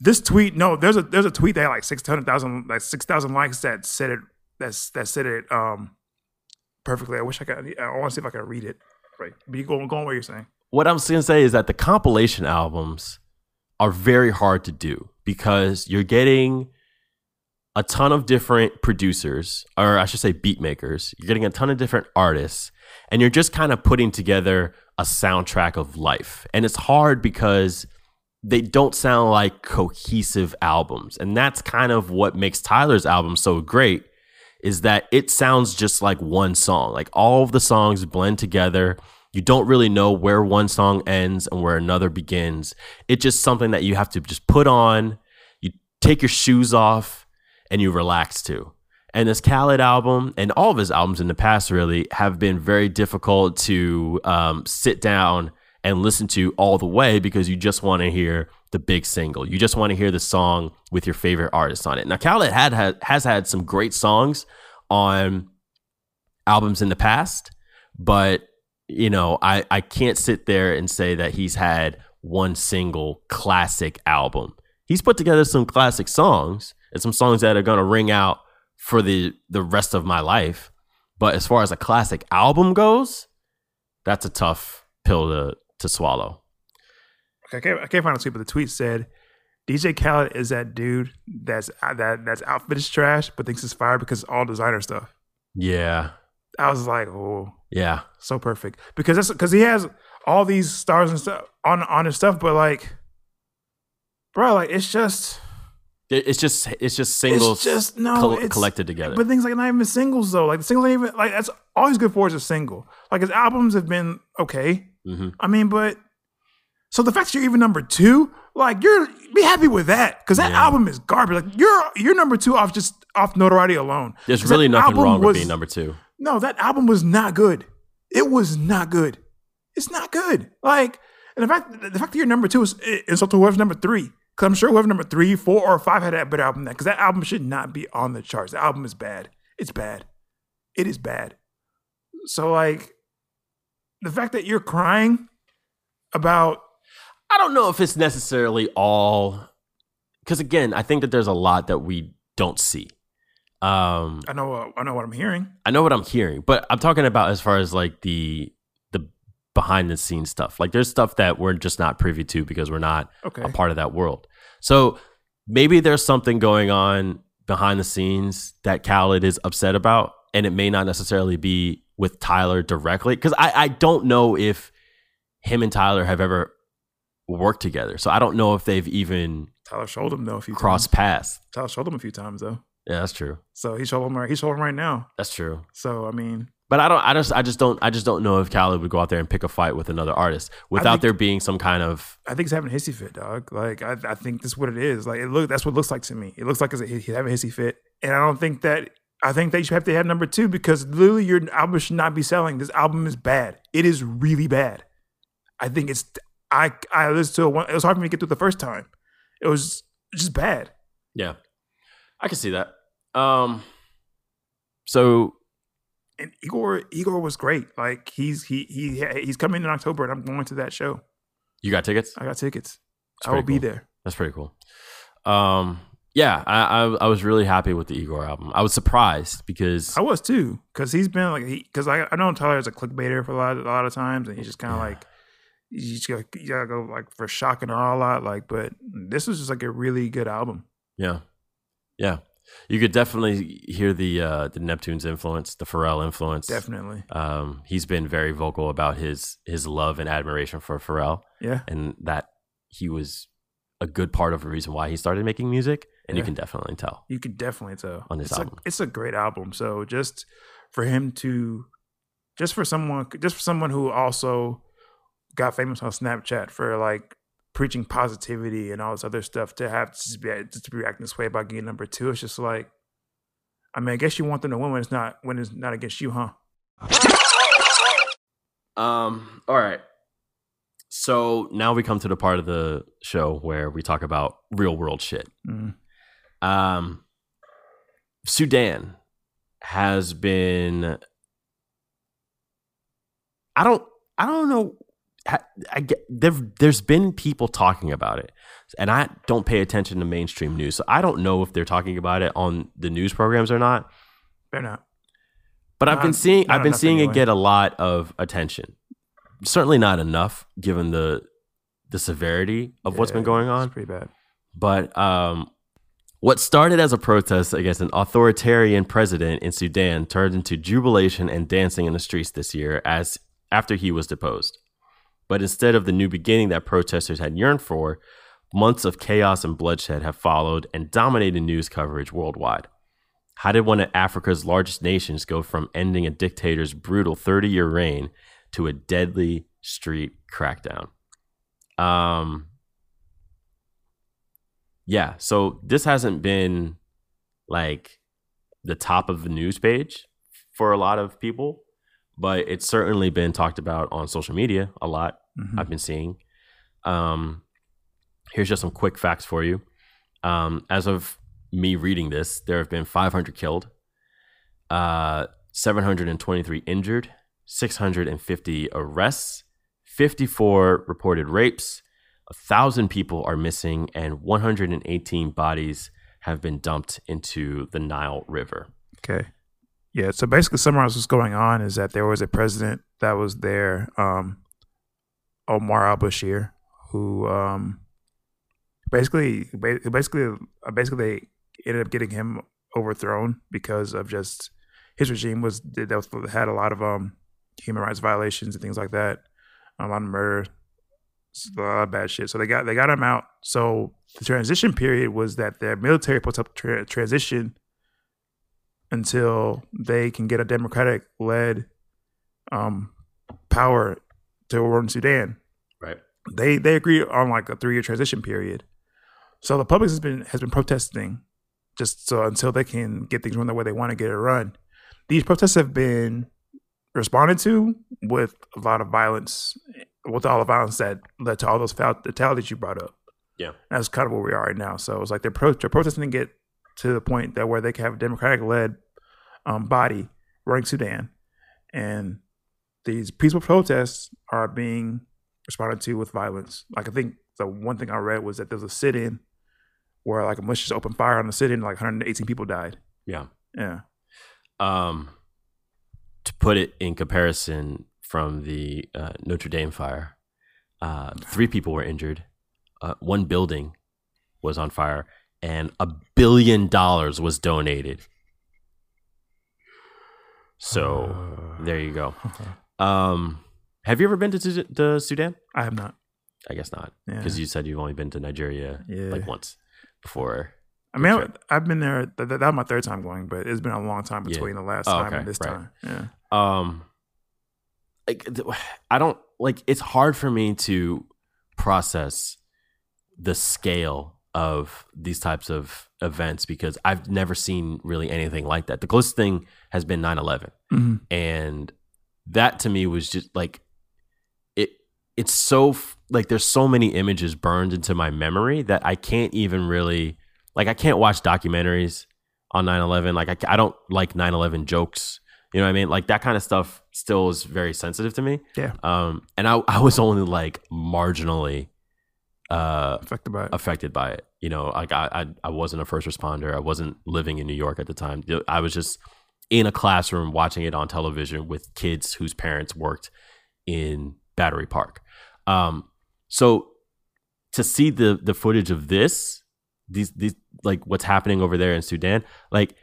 Speaker 1: This tweet, no, there's a there's a tweet that had like six hundred thousand like six thousand likes that said it that's that said it um perfectly. I wish I could I want to see if I can read it. Right. But you going going where you're saying.
Speaker 2: what I'm going to say is that the compilation albums are very hard to do because you're getting a ton of different producers, or I should say beat makers. You're getting a ton of different artists, and you're just kind of putting together a soundtrack of life. And it's hard because they don't sound like cohesive albums. And that's kind of what makes Tyler's album so great is that it sounds just like one song. Like all of the songs blend together. You don't really know where one song ends and where another begins. It's just something that you have to just put on. You take your shoes off and you relax to. And this Khaled album and all of his albums in the past really have been very difficult to um, sit down and listen to all the way because you just want to hear the big single. You just want to hear the song with your favorite artist on it. Now, Khaled had, had has had some great songs on albums in the past, but you know, I, I can't sit there and say that he's had one single classic album. He's put together some classic songs and some songs that are gonna ring out for the the rest of my life. But as far as a classic album goes, that's a tough pill to to swallow.
Speaker 1: I can't, I can't find a tweet, but the tweet said, "DJ Khaled is that dude that's uh, that that's outfit is trash, but thinks it's fire because it's all designer stuff."
Speaker 2: Yeah.
Speaker 1: I was like, "Oh,
Speaker 2: Yeah.
Speaker 1: so perfect," because that's because he has all these stars and stuff on on his stuff, but like, bro, like it's just
Speaker 2: It- It's just it's just singles
Speaker 1: it's just no
Speaker 2: col-
Speaker 1: it's,
Speaker 2: collected together.
Speaker 1: But things like not even singles though, like the singles ain't even like that's all he's good for is a single. Like his albums have been okay.
Speaker 2: hmm
Speaker 1: I mean, but So the fact that you're even number two, like you're be happy with that because that
Speaker 2: Yeah.
Speaker 1: album is garbage. Like you're you're number two off just off notoriety alone.
Speaker 2: There's
Speaker 1: 'Cause that
Speaker 2: really nothing
Speaker 1: album
Speaker 2: wrong with
Speaker 1: was-
Speaker 2: being number two.
Speaker 1: No, that album was not good. It was not good. It's not good. Like, and the fact the fact that you're number two is is up to whoever's number three. Because I'm sure whoever number three, four, or five had a better album than that. Because that album should not be on the charts. The album is bad. It's bad. It is bad. So like, the fact that you're crying about
Speaker 2: I don't know if it's necessarily all because again, I think that there's a lot that we don't see. Um,
Speaker 1: I know uh, I know what I'm hearing.
Speaker 2: I know what I'm hearing, but I'm talking about as far as like the the behind the scenes stuff. Like there's stuff that we're just not privy to because we're not
Speaker 1: Okay.
Speaker 2: a part of that world. So maybe there's something going on behind the scenes that Khaled is upset about, and it may not necessarily be with Tyler directly. Because I, I don't know if him and Tyler have ever worked together. So I don't know if they've even
Speaker 1: Tyler showed him though a few
Speaker 2: crossed
Speaker 1: times.
Speaker 2: paths.
Speaker 1: Tyler showed him a few times though.
Speaker 2: Mm-hmm. Yeah, that's true.
Speaker 1: So he showed him right. He showed him right now.
Speaker 2: That's true.
Speaker 1: So I mean,
Speaker 2: But I don't. I just. I just don't. I just don't know if Khaled would go out there and pick a fight with another artist without
Speaker 1: think-
Speaker 2: there being some kind of.
Speaker 1: I think he's having a hissy fit, dog. Like I, I think that's what it is. Like it look, that's what it looks like to me. It looks like it's a, he's having a hissy fit, and I don't think that. I think that you have to have number two because literally your album should not be selling. This album is bad. It is really bad. I think it's. I I listened to it. One, it was hard for me to get through the first time. It was just bad.
Speaker 2: Yeah, I can see that. Um. So
Speaker 1: And Igor Igor was great. Like he's he he he's coming in October, and I'm going to that show.
Speaker 2: you got tickets?
Speaker 1: I got tickets.
Speaker 2: That's
Speaker 1: I will
Speaker 2: pretty
Speaker 1: be
Speaker 2: cool.
Speaker 1: there.
Speaker 2: That's pretty cool. Um. Yeah, I, I I was really happy with the Igor album. I was surprised because
Speaker 1: I was too, because he's been like, because I I know Tyler's a clickbaiter for a lot a lot of times, and he's just kind of
Speaker 2: Yeah.
Speaker 1: like, you just gotta, you gotta go like for shock and awe a lot, like. But this was just like a really good album.
Speaker 2: yeah, yeah, you could definitely hear the uh, the Neptune's influence, the Pharrell influence.
Speaker 1: Definitely,
Speaker 2: Um, he's been very vocal about his his love and admiration for Pharrell.
Speaker 1: yeah.
Speaker 2: and that he was a good part of the reason why he started making music. And you
Speaker 1: Yeah.
Speaker 2: can definitely tell.
Speaker 1: You could definitely tell
Speaker 2: On this
Speaker 1: it's
Speaker 2: album.
Speaker 1: a, it's a great album. So just for him to, just for someone, just for someone who also got famous on Snapchat for like preaching positivity and all this other stuff, to have to be just to be acting this way about getting number two, it's just like, I mean, I guess you want them to win when it's not when it's not against you, huh?
Speaker 2: Um, all right. So now we come to the part of the show where we talk about real world shit.
Speaker 1: Mm.
Speaker 2: Um, Sudan has been. I don't. I don't know. ha- I get, there, there's been people talking about it, and I don't pay attention to mainstream news, so I don't know if they're talking about it on the news programs or not.
Speaker 1: They're not.
Speaker 2: But I've been
Speaker 1: Not-
Speaker 2: seeing
Speaker 1: not
Speaker 2: I've been
Speaker 1: enough
Speaker 2: seeing
Speaker 1: anyway.
Speaker 2: it get a lot of attention. Certainly not enough given the the severity of what's been
Speaker 1: Yeah,
Speaker 2: going on.
Speaker 1: It's pretty bad.
Speaker 2: But um, what started as a protest against an authoritarian president in Sudan turned into jubilation and dancing in the streets this year as after he was deposed. But instead of the new beginning that protesters had yearned for, months of chaos and bloodshed have followed and dominated news coverage worldwide. How did one of Africa's largest nations go from ending a dictator's brutal 30 year reign to a deadly street crackdown? Um, yeah, so this hasn't been like the top of the news page for a lot of people, but it's certainly been talked about on social media a lot.
Speaker 1: Mhm.
Speaker 2: I've been seeing. Um, here's just some quick facts for you. Um, as of me reading this, there have been 500 killed, uh, 723 injured, 650 arrests, 54 reported rapes, a thousand people are missing, and 118 bodies have been dumped into the Nile River.
Speaker 1: Okay. Yeah. So basically, summarize what's going on is that there was a president that was there, um, Omar al Bashir, who um, basically, ba- basically, uh, basically, they ended up getting him overthrown because of just his regime was did- that was, had a lot of um, human rights violations and things like that, um, a lot of murder, s- a lot of bad shit. So they got they got him out. So the transition period was that their military put up tra- transition until they can get a democratic led um, power to run Sudan.
Speaker 2: Right.
Speaker 1: they they agree on like a three year transition period. So the public has been has been protesting just so until they can get things run the way they want to get it run. These protests have been responded to with a lot of violence, with all the violence that led to all those fatalities you brought up.
Speaker 2: Yeah.
Speaker 1: that's kind of where we are right now. So it's like they're, pro- they're protesting to get to the point that where they can have a democratic led um, body running Sudan, and these peaceful protests are being responded to with violence. Like I think the one thing I read was that there's a sit-in where like militias opened fire on the sit-in, like 118 people died.
Speaker 2: Yeah.
Speaker 1: Yeah.
Speaker 2: Um, to put it in comparison from the uh, Notre Dame fire, uh, three people were injured, uh, one building was on fire, and a billion dollars was donated. So there you go. Um, have you ever been to, Su- to Sudan?
Speaker 1: I have not.
Speaker 2: I guess not,
Speaker 1: Yeah.
Speaker 2: because you said you've only been to Nigeria
Speaker 1: Yeah.
Speaker 2: like once before.
Speaker 1: I mean, I, I've been there. Th- th- that was my third time going, but it's been a long time
Speaker 2: Yeah.
Speaker 1: between the last
Speaker 2: Oh,
Speaker 1: time
Speaker 2: okay,
Speaker 1: and this
Speaker 2: right.
Speaker 1: time. Yeah.
Speaker 2: um like th- i don't like it's hard for me to process the scale of these types of events because i've never seen really anything like that the closest thing has been 9-11
Speaker 1: hmm
Speaker 2: and that to me was just like it it's so f- like there's so many images burned into my memory that i can't even really like i can't watch documentaries on 9-11 like i, ca- I don't like 9-11 jokes you know what i mean like that kind of stuff still is very sensitive to me
Speaker 1: Yeah.
Speaker 2: um and i, I was only like marginally uh
Speaker 1: Affected by it.
Speaker 2: affected by it. You know, like I, I, I wasn't a first responder. I wasn't living in New York at the time. The- I was just in a classroom watching it on television with kids whose parents worked in Battery Park. Um, so to see the the footage of this, these these like what's happening over there in Sudan, like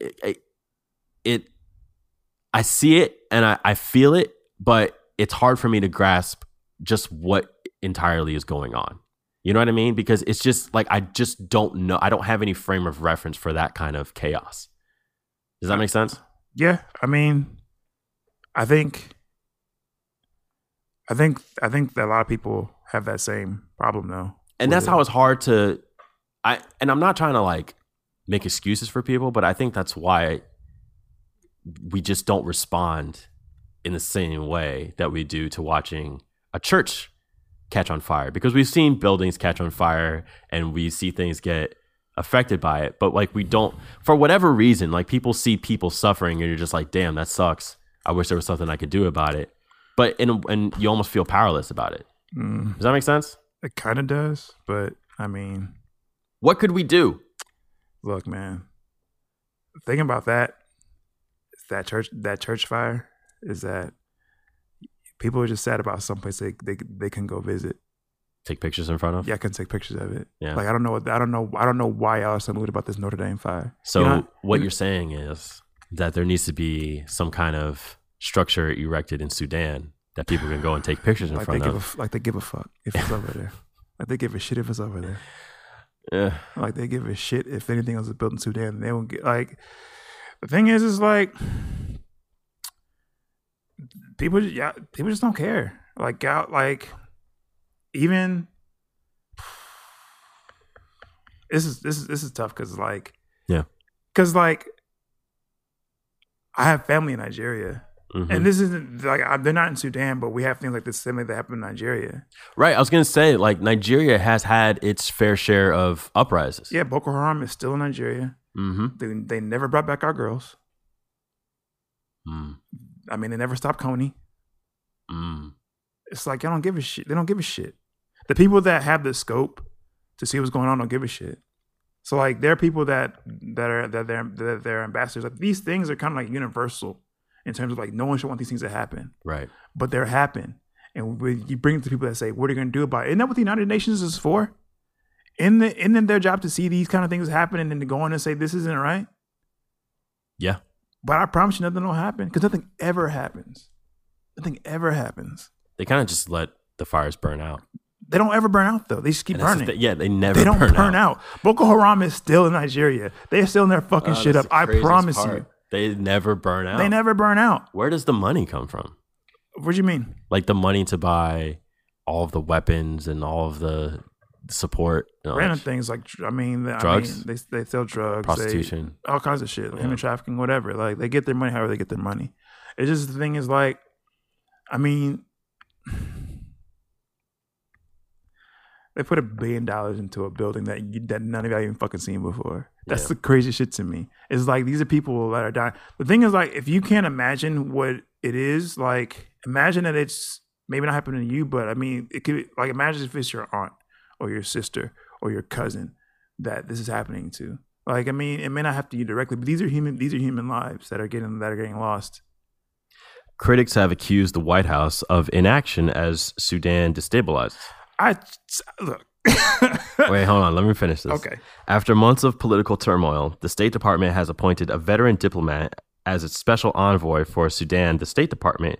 Speaker 2: it, it- it I see it and I, I feel it, but it's hard for me to grasp just what entirely is going on. You know what I mean? Because it's just like I just don't know. I don't have any frame of reference for that kind of chaos. Does that make sense?
Speaker 1: Yeah, I mean, I think, I think, I think that a lot of people have that same problem though.
Speaker 2: And that's
Speaker 1: Yeah.
Speaker 2: how it's hard to I and I'm not trying to like make excuses for people, but I think that's why we just don't respond in the same way that we do to watching a church catch on fire because we've seen buildings catch on fire and we see things get affected by it but like we don't for whatever reason like people see people suffering and you're just like damn that sucks i wish there was something i could do about it but and and you almost feel powerless about it
Speaker 1: Mm,
Speaker 2: does that make sense
Speaker 1: it kind of does, but I mean,
Speaker 2: what could we do
Speaker 1: look, man, thinking about that, that church, that church fire, is that people are just sad about someplace they they they can go visit.
Speaker 2: take pictures in front of
Speaker 1: Yeah, I can take pictures of it.
Speaker 2: Yeah.
Speaker 1: Like I don't know what I don't know I don't know why y'all are so moved about this Notre Dame fire.
Speaker 2: So
Speaker 1: You know,
Speaker 2: what you're saying is that there needs to be some kind of structure erected in Sudan that people can go and take pictures in
Speaker 1: like they
Speaker 2: front
Speaker 1: give a
Speaker 2: of.
Speaker 1: f- like they give a fuck if it's over there. Like they give a shit if it's over there.
Speaker 2: Eh,
Speaker 1: Like they give a shit if anything else is built in Sudan. They won't get like the thing is is like people ju- yeah people just don't care. Like out like even this is this is this is tough because like
Speaker 2: Yeah.
Speaker 1: because like I have family in Nigeria.
Speaker 2: mhm.
Speaker 1: And this isn't like I- they're not in Sudan, but we have things like this similar that happen in Nigeria.
Speaker 2: right, I was gonna say like Nigeria has had its fair share of uprisings.
Speaker 1: Yeah, Boko Haram is still in Nigeria.
Speaker 2: Mm-hmm.
Speaker 1: They, they never brought back our girls.
Speaker 2: Mm,
Speaker 1: I mean, they never stopped Coney.
Speaker 2: mm,
Speaker 1: It's like I don't give a shit. They don't give a shit. The people that have the scope to see what's going on don't give a shit. So like there are people that that are that they're that they're ambassadors. Like these things are kind of like universal in terms of like no one should want these things to happen.
Speaker 2: right.
Speaker 1: but they're happening. And we, you bring it to people that say, "What are you going to do about it?" Isn't that what the United Nations is for? In the isn't it their job to see these kind of things happen and then to go in and say this isn't right?
Speaker 2: Yeah.
Speaker 1: But I promise you, nothing will happen because nothing ever happens. Nothing ever happens.
Speaker 2: They kind of just let the fires burn out.
Speaker 1: They don't ever burn out though. They just keep
Speaker 2: And that's the
Speaker 1: burning.
Speaker 2: thing- yeah, they never
Speaker 1: they don't burn,
Speaker 2: burn, out.
Speaker 1: out. Boko Haram is still in Nigeria. They're still in their fucking
Speaker 2: Oh,
Speaker 1: shit
Speaker 2: that's
Speaker 1: up.
Speaker 2: the
Speaker 1: I
Speaker 2: craziest
Speaker 1: promise
Speaker 2: part.
Speaker 1: you.
Speaker 2: They never burn out.
Speaker 1: They never burn out.
Speaker 2: Where does the money come from?
Speaker 1: What do you mean?
Speaker 2: like the money to buy all of the weapons and all of the support, you know, like
Speaker 1: Random things like dr- I mean, the- I
Speaker 2: Drugs?
Speaker 1: mean, they they sell drugs, they,
Speaker 2: prostitution.
Speaker 1: all kinds of shit, like
Speaker 2: Yeah.
Speaker 1: human trafficking, whatever. Like they get their money however they get their money. It's just the thing is like, I mean, they put a billion dollars into a building that you, that none of y'all even fucking seen before. That's
Speaker 2: Yeah.
Speaker 1: the crazy shit to me. It's like these are people that are dying. The thing is like, if you can't imagine what it is, like imagine that it's maybe not happening to you, but I mean, it could like imagine if it's your aunt or your sister or your cousin that this is happening to. Like, I mean, it may not happen to you directly, but these are human. These are human lives that are getting that are getting lost.
Speaker 2: Critics have accused the White House of inaction as Sudan destabilizes.
Speaker 1: I look.
Speaker 2: Wait, hold on. Let me finish this.
Speaker 1: okay.
Speaker 2: After months of political turmoil, the State Department has appointed a veteran diplomat as its special envoy for Sudan. The State Department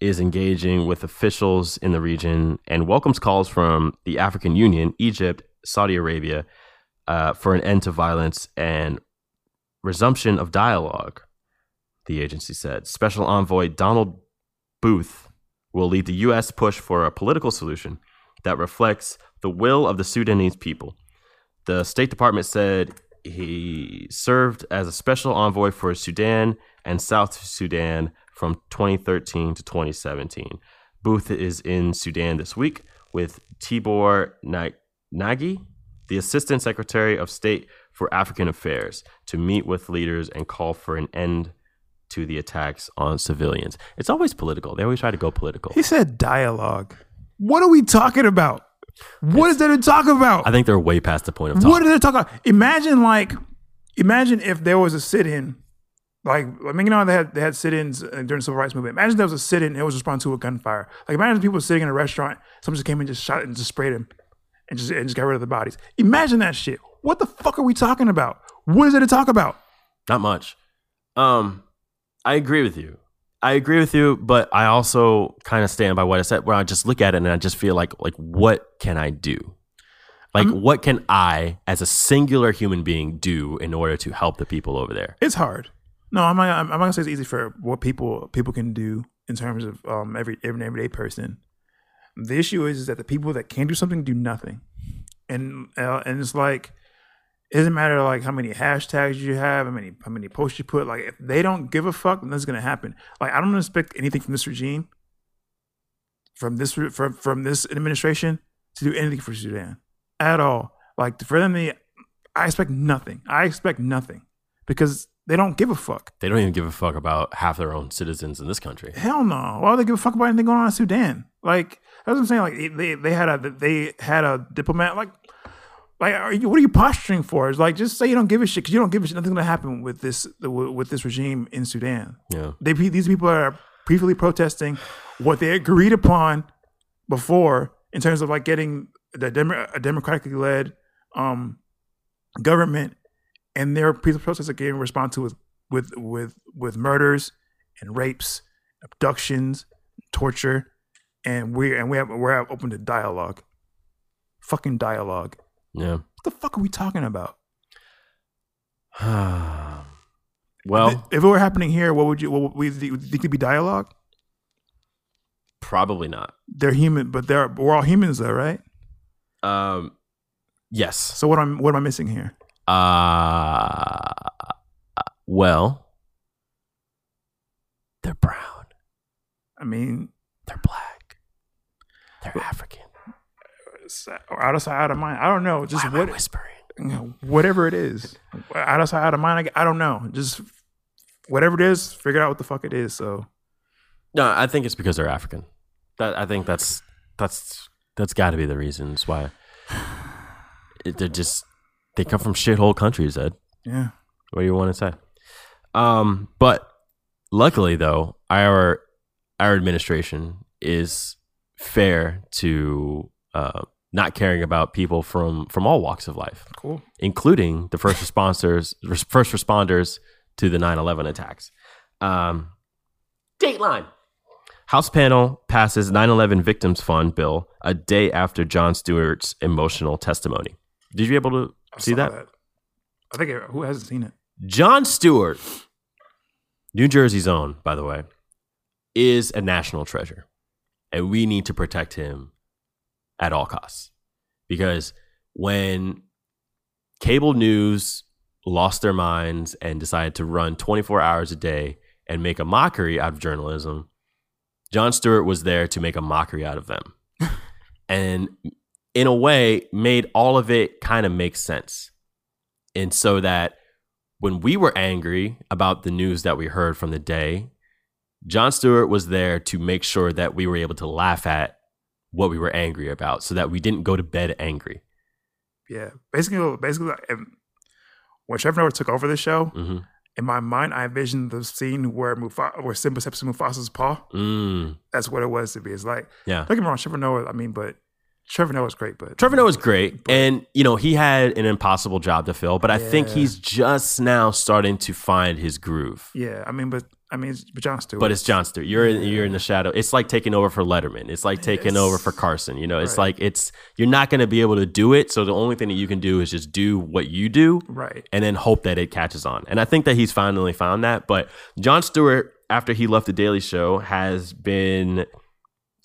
Speaker 2: is engaging with officials in the region and welcomes calls from the African Union, Egypt, Saudi Arabia uh, for an end to violence and resumption of dialogue, the agency said. Special envoy Donald Booth will lead the U.S. push for a political solution that reflects the will of the Sudanese people. The State Department said he served as a special envoy for Sudan and South Sudan from 2013 to 2017. Booth is in Sudan this week with Tibor Na- Nagy, the Assistant Secretary of State for African Affairs, to meet with leaders and call for an end to the attacks on civilians. It's always political. They always try to go political.
Speaker 1: He said dialogue. What are we talking about? What is there to talk about?
Speaker 2: I think they're way past the point of talk.
Speaker 1: What are they talking about? Imagine like, imagine if there was a sit-in, like I mean, you know, how they had they had sit-ins uh, during the civil rights movement. Imagine there was a sit-in and it was responding to a gunfire. Like imagine people sitting in a restaurant, someone just came and just shot and just sprayed him, and just and just got rid of the bodies. Imagine that shit. What the fuck are we talking about? What is there to talk about?
Speaker 2: Not much. Um, I agree with you. I agree with you, but I also kind of stand by what I said. Where I just look at it and I just feel like, like, what can I do? Like, what can I, as a singular human being, do in order to help the people over there?
Speaker 1: It's hard. No, I'm not, I'm not gonna say it's easy for what people people can do in terms of um, every every everyday person. The issue is, is that the people that can do something do nothing, and uh, and it's like it doesn't matter like how many hashtags you have, how many how many posts you put. Like if they don't give a fuck, then that's gonna happen. Like I don't expect anything from this regime, from this re- from from this administration to do anything for Sudan at all. Like for them, they, I expect nothing. I expect nothing because they don't give a fuck.
Speaker 2: They don't even give a fuck about half their own citizens in this country.
Speaker 1: Hell no. Why would they give a fuck about anything going on in Sudan? Like that's what I'm saying. Like they- they they had a they had a diplomat. Like like are you, what are you posturing for? It's like just say you don't give a shit because you don't give a shit. Nothing's gonna happen with this with this regime in Sudan.
Speaker 2: Yeah,
Speaker 1: They these people are peacefully protesting what they agreed upon before in terms of like getting the dem- a democratically led um, government, and their peaceful protests are getting responded to with with with with murders and rapes, abductions, torture, and we and we have we're open to dialogue, fucking dialogue.
Speaker 2: yeah.
Speaker 1: What the fuck are we talking about?
Speaker 2: well,
Speaker 1: if it were happening here, what would you? What would we do you think it'd be dialogue?
Speaker 2: probably not.
Speaker 1: They're human, but they're we're all humans though, right?
Speaker 2: Um, yes.
Speaker 1: So what am what am I missing here?
Speaker 2: Uh, well, they're brown.
Speaker 1: I mean,
Speaker 2: They're black. They're African.
Speaker 1: s- or out of sight, out of mind. I don't know. Just
Speaker 2: Why am I
Speaker 1: what,
Speaker 2: whispering?
Speaker 1: whatever it is, out of sight, out of mind. I g- I, don't know. Just whatever it is, figure out what the fuck it is. So
Speaker 2: No, I think it's because they're African. That I think that's that's that's got to be the reasons why. It- They're just they come from shithole countries, Ed.
Speaker 1: yeah,
Speaker 2: What do you want to say? Um, but luckily, though, our our administration is fair to uh, not caring about people from from all walks of life,
Speaker 1: cool.
Speaker 2: including the first responders res- first responders to the 9/11 attacks. Um, Dateline. House panel passes 9/11 victims fund bill a day after John Stewart's emotional testimony. Did you be able to
Speaker 1: I
Speaker 2: see
Speaker 1: saw
Speaker 2: that?
Speaker 1: I think it- who hasn't seen it?
Speaker 2: John Stewart, New Jersey's own, by the way, is a national treasure, and we need to protect him at all costs. Because when cable news lost their minds and decided to run 24 hours a day and make a mockery out of journalism, John Stewart was there to make a mockery out of them. and in a way, made all of it kind of make sense. And so that when we were angry about the news that we heard from the day, John Stewart was there to make sure that we were able to laugh at what we were angry about so that we didn't go to bed angry.
Speaker 1: Yeah, basically, basically, and when Trevor Noah took over the show,
Speaker 2: hmm
Speaker 1: in my mind, I envisioned the scene where Mufasa, where Simba steps in Mufasa's paw.
Speaker 2: Mm,
Speaker 1: That's what it was to be. It's like,
Speaker 2: yeah.
Speaker 1: don't get me wrong, Trevor Noah. I mean, but Trevor Noah's great, but
Speaker 2: Trevor Noah's great, and you know he had an impossible job to fill, but I think
Speaker 1: Yeah.
Speaker 2: he's just now starting to find his groove.
Speaker 1: Yeah, I mean, but I mean, it's- but John Stewart.
Speaker 2: But it's John Stewart. You're in, you're in the shadow. It's like taking over for Letterman. It's like taking
Speaker 1: It's-
Speaker 2: over for Carson. You know, it's
Speaker 1: Right.
Speaker 2: like it's you're not going to be able to do it. So the only thing that you can do is just do what you do,
Speaker 1: right.
Speaker 2: and then hope that it catches on. And I think that he's finally found that. But John Stewart, after he left The Daily Show, has been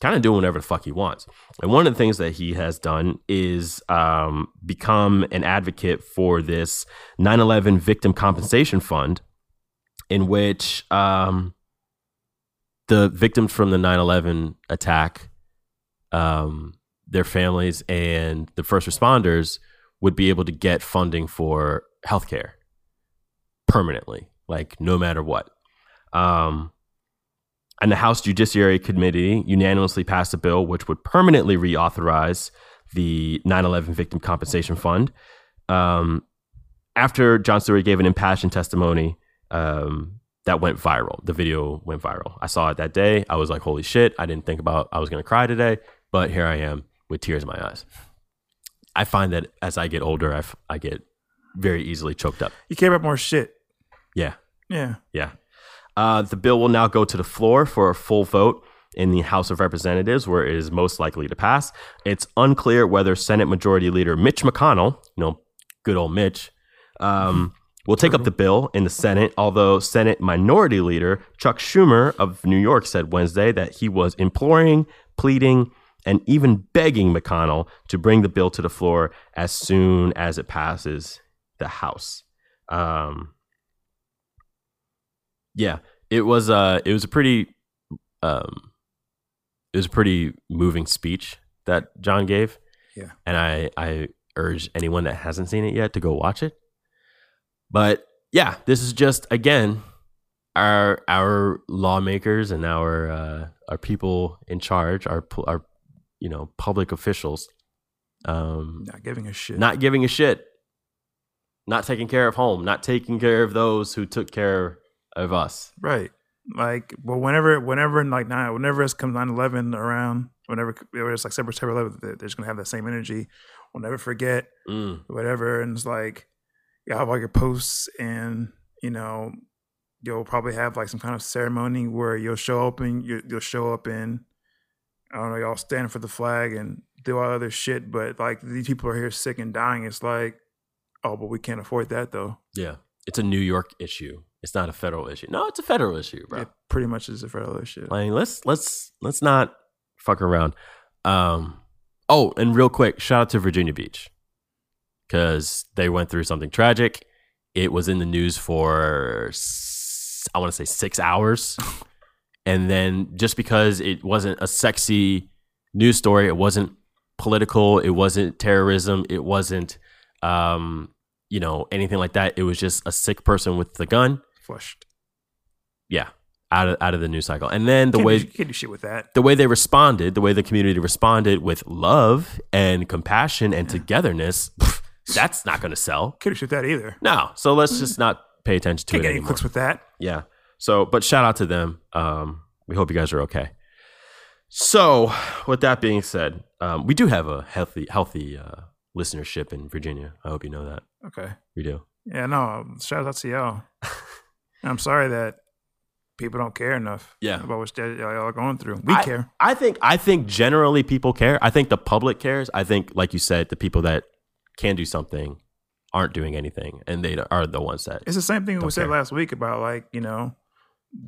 Speaker 2: kind of doing whatever the fuck he wants. And one of the things that he has done is um, become an advocate for this 9 11 Victim Compensation Fund, in which um, the victims from the 9 11 attack, um, their families, and the first responders would be able to get funding for healthcare permanently, like no matter what. Um, and the House Judiciary Committee unanimously passed a bill which would permanently reauthorize the 9 11 Victim Compensation Fund. Um, after John Stewart gave an impassioned testimony um, that went viral, the video went viral. I saw it that day. I was like, holy shit, I didn't think about I was going to cry today, but here I am with tears in my eyes. I find that as I get older, I, f- I get very easily choked up.
Speaker 1: He came up more shit.
Speaker 2: Yeah.
Speaker 1: Yeah,
Speaker 2: Yeah. Uh, the bill will now go to the floor for a full vote in the House of Representatives, where it is most likely to pass. It's unclear whether Senate Majority Leader Mitch McConnell, you know, good old Mitch, um, will take up the bill in the Senate, although Senate Minority Leader Chuck Schumer of New York said Wednesday that he was imploring, pleading, and even begging McConnell to bring the bill to the floor as soon as it passes the House. Um, yeah, it was uh it was a pretty um it was a pretty moving speech that John gave.
Speaker 1: Yeah.
Speaker 2: And I I urge anyone that hasn't seen it yet to go watch it. But yeah, this is just again our our lawmakers and our uh our people in charge, our pu- our you know, public officials um
Speaker 1: not giving a shit.
Speaker 2: not giving a shit, not taking care of home, not taking care of those who took care of us.
Speaker 1: right. Like, but whenever, whenever, like nine, whenever it's come 9-11 around, whenever whenever it's like September 11th, they're they're just gonna have that same energy. We'll never forget.
Speaker 2: Mm.
Speaker 1: whatever. And it's like, you have all your posts, and you know, you'll probably have like some kind of ceremony where you'll show up and you, you'll show up and I don't know, y'all stand for the flag and do all other shit. But like these people are here sick and dying. It's like, oh, but we can't afford that though.
Speaker 2: Yeah. It's a New York issue. It's not a federal issue. No, it's a federal issue, bro.
Speaker 1: It pretty much is a federal issue.
Speaker 2: Like let's let's let's not fuck around. Um oh, and real quick, shout out to Virginia Beach. Cause they went through something tragic. It was in the news for s- I want to say six hours. and then just because it wasn't a sexy news story, it wasn't political, it wasn't terrorism, it wasn't um, you know, anything like that. It was just a sick person with the gun
Speaker 1: Flushed.
Speaker 2: yeah out of out of the news cycle and then the
Speaker 1: can't
Speaker 2: way
Speaker 1: do, you can't do shit with that.
Speaker 2: the way they responded the way the community responded with love and compassion and togetherness that's not going to sell
Speaker 1: Can't do shit with that either.
Speaker 2: no so let's just not pay attention to
Speaker 1: Can't
Speaker 2: it
Speaker 1: get any
Speaker 2: anymore
Speaker 1: clicks with that.
Speaker 2: yeah so but shout out to them um we hope you guys are okay so with that being said um we do have a healthy healthy uh listenership in virginia i hope you know that
Speaker 1: Okay.
Speaker 2: we do
Speaker 1: Yeah. No. um, Shout out to y'all. I'm sorry that people don't care enough.
Speaker 2: Yeah.
Speaker 1: About what y'all are going through. We
Speaker 2: I-
Speaker 1: care.
Speaker 2: I think I think generally people care. I think the public cares. I think, like you said, the people that can do something aren't doing anything, and they are the ones that.
Speaker 1: It's the same thing we
Speaker 2: Don't
Speaker 1: said
Speaker 2: care.
Speaker 1: last week about like you know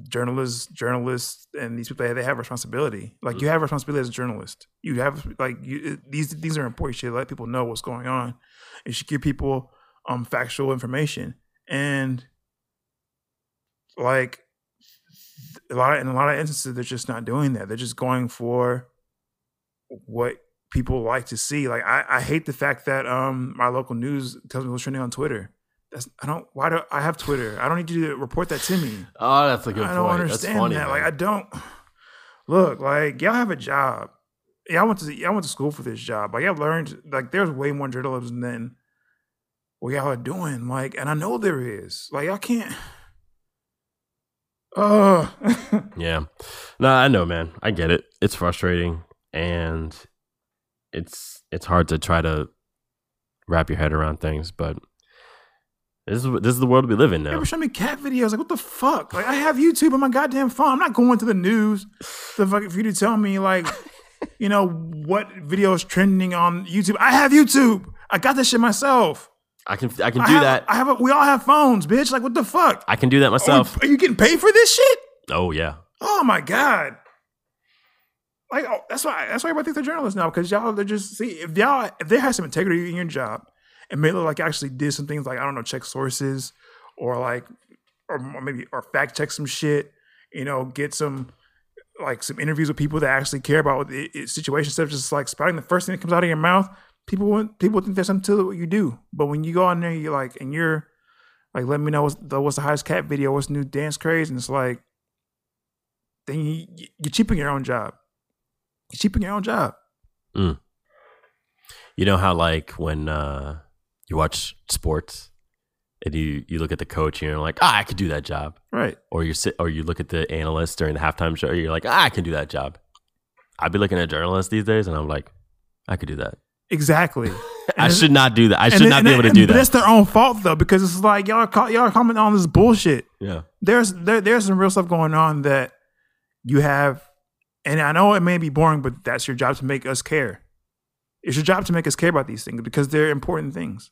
Speaker 1: journalists, journalists, and these people they have responsibility. Like you have responsibility as a journalist. You have like you, it- these these are important. You should let people know what's going on. You should give people um factual information and like a lot in a lot of instances they're just not doing that. They're just going for what people like to see. Like I, I hate the fact that um my local news tells me what's trending on Twitter. That's I don't why do I have Twitter? I don't need you to report that to me.
Speaker 2: Oh, that's a good
Speaker 1: I
Speaker 2: point.
Speaker 1: don't
Speaker 2: that's
Speaker 1: understand
Speaker 2: funny.
Speaker 1: that.
Speaker 2: man.
Speaker 1: Like I don't look like y'all have a job. Y'all went to y'all went to school for this job. Like y'all learned like there's way more journalism than what y'all are doing. Like, and I know there is. Like y'all can't. Oh,
Speaker 2: Yeah. No, I know, man. I get it. It's frustrating and it's it's hard to try to wrap your head around things, but this is this is the world we live in now.
Speaker 1: ever show me cat videos? Like what the fuck? Like I have YouTube on my goddamn phone. I'm not going to the news. The fuck for you to tell me like, you know what video is trending on YouTube? I have YouTube. I got this shit myself.
Speaker 2: I can I can
Speaker 1: I
Speaker 2: do
Speaker 1: have-
Speaker 2: that.
Speaker 1: I Oh, have. A, we all have phones, bitch. Like what the fuck?
Speaker 2: I can do that
Speaker 1: Are,
Speaker 2: myself.
Speaker 1: we- are you getting paid for this shit?
Speaker 2: Oh yeah.
Speaker 1: Oh my god! Like oh, that's why that's why everybody thinks they're journalists now because y'all they're just see if y'all if they had some integrity in your job and made it look like you actually did some things like I don't know check sources or like or maybe or fact check some shit you know get some like some interviews with people that actually care about what the the situation instead of just like spouting the first thing that comes out of your mouth people would people would think there's something to what you do but when you go on there you're like and you're like let me know what's the, what's the hottest cat video what's the new dance craze and it's like then you, you- you're cheaping your own job. You're cheaping your own job.
Speaker 2: You know how like when uh you watch sports and you you look at the coach and you're like, "Ah, I could do that job."
Speaker 1: Right.
Speaker 2: Or you sit or you look at the analyst during the halftime show, you're like, "Ah, I can do that job." I'd be looking at journalists these days and I'm like, "I could do that."
Speaker 1: Exactly.
Speaker 2: I should not do that. I
Speaker 1: and
Speaker 2: should
Speaker 1: it-
Speaker 2: not
Speaker 1: and
Speaker 2: be
Speaker 1: it-
Speaker 2: able to
Speaker 1: and-
Speaker 2: do
Speaker 1: but That's
Speaker 2: that.
Speaker 1: their own fault though, because it's like y'all are call, y'all are commenting on this bullshit.
Speaker 2: Yeah.
Speaker 1: There's there there's some real stuff going on that you have, and I know it may be boring, but that's your job to make us care. It's your job to make us care about these things because they're important things.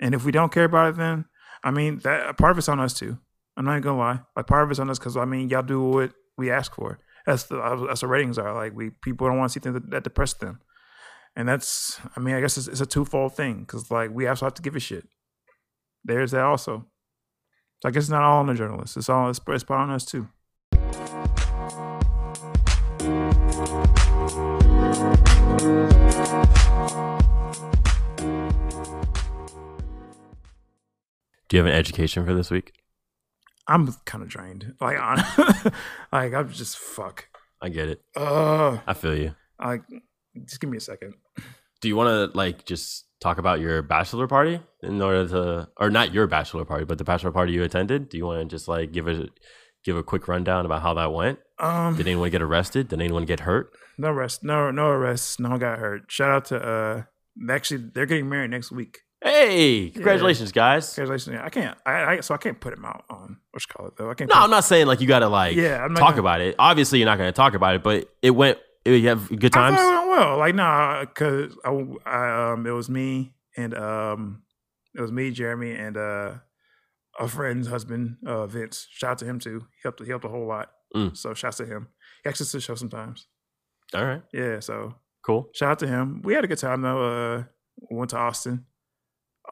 Speaker 1: And if we don't care about it, then I mean that part of it's on us too. I'm not even gonna lie. Like part of it's on us because I mean y'all do what we ask for. That's the that's the ratings are. Like we people don't want to see things that, that depress them, and that's I mean I guess it's, it's a twofold thing because like we also have to give a shit. There's that also. So I guess it's not all on the journalists. It's all it's, it's part on us too.
Speaker 2: Do you have an education for this week?
Speaker 1: I'm kind of drained. Like on, like I'm just fuck.
Speaker 2: I get it.
Speaker 1: Uh,
Speaker 2: I feel you.
Speaker 1: like just give me a second.
Speaker 2: Do you want to like just talk about your bachelor party in order to, or not your bachelor party, but the bachelor party you attended? Do you want to just like give a give a quick rundown about how that went?
Speaker 1: Um,
Speaker 2: Did anyone get arrested? Did anyone get hurt?
Speaker 1: No arrest. No no arrests. No one got hurt. Shout out to uh actually they're getting married next week.
Speaker 2: Hey, congratulations, guys!
Speaker 1: Congratulations. I can't I, I so I can't put him out on what you call it though. I can't
Speaker 2: No,
Speaker 1: put-
Speaker 2: I'm not saying like you gotta like
Speaker 1: Yeah, I'm not
Speaker 2: talk
Speaker 1: gonna-
Speaker 2: about it. Obviously, you're not gonna talk about it, but it went. You have good
Speaker 1: I
Speaker 2: times.
Speaker 1: thought it went well. Like nah, cause I, I um it was me and um it was me, Jeremy, and uh a friend's husband, uh Vince. Shout out to him too. He helped he helped a whole lot.
Speaker 2: Mm.
Speaker 1: So shouts to him. He actually to the show sometimes.
Speaker 2: All right,
Speaker 1: Yeah, so
Speaker 2: cool.
Speaker 1: Shout out to him. We had a good time though. Uh, we went to Austin.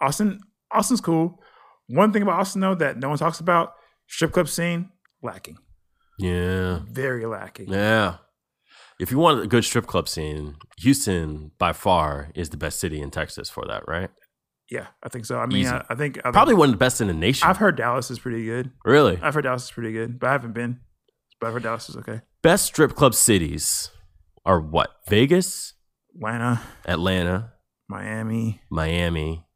Speaker 1: Austin, Austin's cool. One thing about Austin though that no one talks about: strip club scene lacking,
Speaker 2: Yeah.
Speaker 1: very lacking.
Speaker 2: Yeah. If you want a good strip club scene, Houston by far is the best city in Texas for that, right?
Speaker 1: Yeah, I think so. I mean,
Speaker 2: Easy.
Speaker 1: I, I think I think-
Speaker 2: Probably one of the best in the nation.
Speaker 1: I've heard Dallas is pretty good.
Speaker 2: really?
Speaker 1: I've heard Dallas is pretty good, but I haven't been. But I've heard Dallas is okay.
Speaker 2: Best strip club cities are what? Vegas,
Speaker 1: Atlanta,
Speaker 2: Atlanta,
Speaker 1: Miami,
Speaker 2: Miami,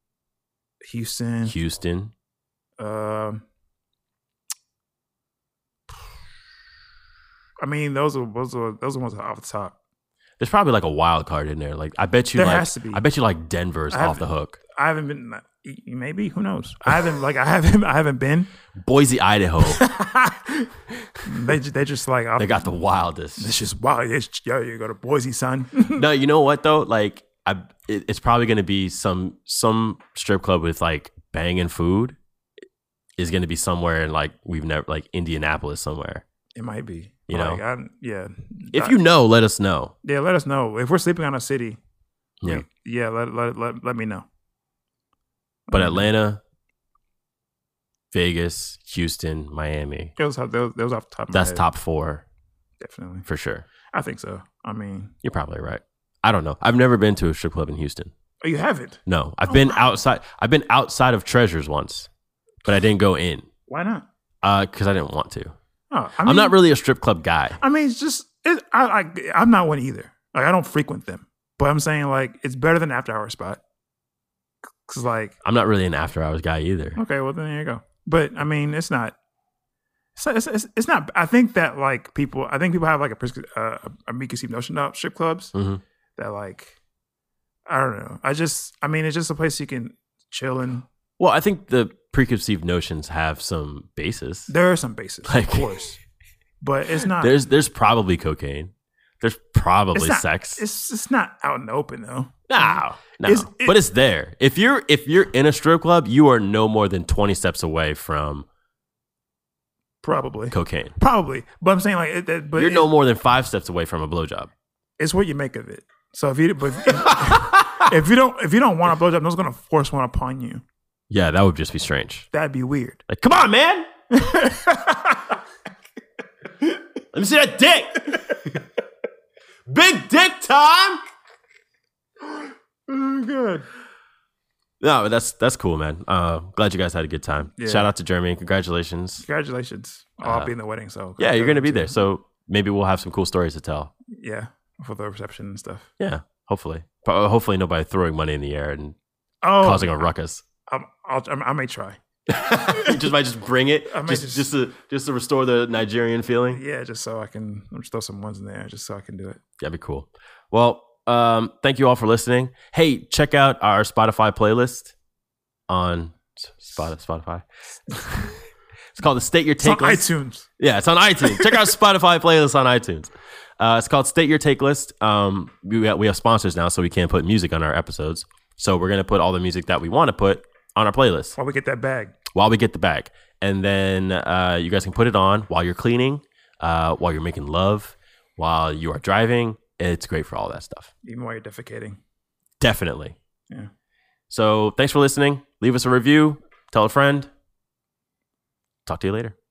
Speaker 1: Houston.
Speaker 2: Houston.
Speaker 1: Um, I mean, those are those are those are ones off the top.
Speaker 2: There's probably like a wild card in there. Like I bet you
Speaker 1: There
Speaker 2: like
Speaker 1: has to be.
Speaker 2: I bet you like Denver's
Speaker 1: I
Speaker 2: off the hook.
Speaker 1: I haven't been. Maybe who knows? I haven't like I haven't I haven't been.
Speaker 2: Boise, Idaho.
Speaker 1: they ju- they just like
Speaker 2: they got the
Speaker 1: It's
Speaker 2: wildest.
Speaker 1: just wow. It's, yo, you go to Boise, son.
Speaker 2: No, you know what though? Like I it, it's probably going to be some some strip club with like banging food is going to be somewhere in like we've never like Indianapolis somewhere.
Speaker 1: It might be.
Speaker 2: You
Speaker 1: Like,
Speaker 2: know?
Speaker 1: I- yeah.
Speaker 2: If
Speaker 1: I-
Speaker 2: you know, let us know.
Speaker 1: yeah, let us know if we're sleeping on a city.
Speaker 2: Yeah.
Speaker 1: we- yeah. Let let let, let me know.
Speaker 2: But
Speaker 1: Let me know.
Speaker 2: Atlanta, Vegas, Houston, Miami.
Speaker 1: Those are- those those off the top. Of my
Speaker 2: That's
Speaker 1: head,
Speaker 2: top 4
Speaker 1: Definitely.
Speaker 2: for sure.
Speaker 1: I think so. I mean,
Speaker 2: You're probably right. I don't know. I've never been to a strip club in Houston.
Speaker 1: oh, you have it.
Speaker 2: No, I've
Speaker 1: Oh,
Speaker 2: been
Speaker 1: wow.
Speaker 2: outside. I've been outside of Treasures once, but I didn't go in
Speaker 1: Why not?
Speaker 2: because I didn't want to.
Speaker 1: Oh, I
Speaker 2: I am
Speaker 1: mean-
Speaker 2: not really a strip club guy.
Speaker 1: I mean, it's just it, I, I I'm not one either. Like I don't frequent them, but I'm saying like it's better than after hour spot. Cause like
Speaker 2: I'm not really an after hours guy either.
Speaker 1: okay, well then there you go. But I mean, it's not. It's not, it's, it's, it's not. I think that like people, I think people have like a pres- uh, a preconceived notion about strip clubs
Speaker 2: Mhm.
Speaker 1: that like I don't know. I just I mean, it's just a place you can chill and
Speaker 2: Well, I think the preconceived notions have some basis.
Speaker 1: there are some bases,
Speaker 2: Like-
Speaker 1: of course, but it's not.
Speaker 2: There's there's probably cocaine. There's probably
Speaker 1: it's not,
Speaker 2: sex.
Speaker 1: It's it's not out in the open though.
Speaker 2: no, no,
Speaker 1: It's- it-
Speaker 2: but it's there. If you're if you're in a strip club, you are no more than 20 steps away from
Speaker 1: Probably,
Speaker 2: cocaine.
Speaker 1: probably. But I'm saying like, it, that, but
Speaker 2: you're
Speaker 1: it-
Speaker 2: no more than five steps away from a blowjob.
Speaker 1: it's what you make of it. So if you but if, if you don't if you don't want a blowjob, no one's gonna force one upon you.
Speaker 2: Yeah, that would just be strange.
Speaker 1: That'd be weird.
Speaker 2: Like, come on, man. Let me see that dick. Big dick time.
Speaker 1: Good.
Speaker 2: No, but that's that's cool, man. Uh, glad you guys had a good time.
Speaker 1: Yeah.
Speaker 2: Shout out to Jeremy. Congratulations.
Speaker 1: Congratulations. Oh, I'll be in the wedding, so
Speaker 2: Uh, Yeah, you're gonna be there, so maybe we'll have some cool stories to tell.
Speaker 1: Yeah, for the reception and stuff.
Speaker 2: Yeah, hopefully. But uh, hopefully, nobody throwing money in the air and
Speaker 1: Oh,
Speaker 2: causing a ruckus.
Speaker 1: I'm, I'll, I'm, I may try.
Speaker 2: you just might just bring it,
Speaker 1: I might
Speaker 2: just, just
Speaker 1: just-
Speaker 2: to just to restore the Nigerian feeling.
Speaker 1: Yeah, just so I can I'll just throw some ones in there, just so I can do it.
Speaker 2: That'd be cool. Well, um, thank you all for listening. Hey, check out our Spotify playlist on Spot- Spotify. it's called the State Your
Speaker 1: It's on
Speaker 2: Take List.
Speaker 1: iTunes.
Speaker 2: Yeah, it's on iTunes. Check out Spotify playlist on iTunes. Uh, it's called State Your Take List. Um, we have, we have sponsors now, so we can't put music on our episodes. So we're gonna put all the music that we want to put on our playlist
Speaker 1: While we get that bag,
Speaker 2: while we get the bag, and then uh, you guys can put it on while you're cleaning, uh, while you're making love, while you are driving. It's great for all that stuff.
Speaker 1: even while you're defecating.
Speaker 2: Definitely.
Speaker 1: Yeah.
Speaker 2: So thanks for listening. Leave us a review. Tell a friend. Talk to you later.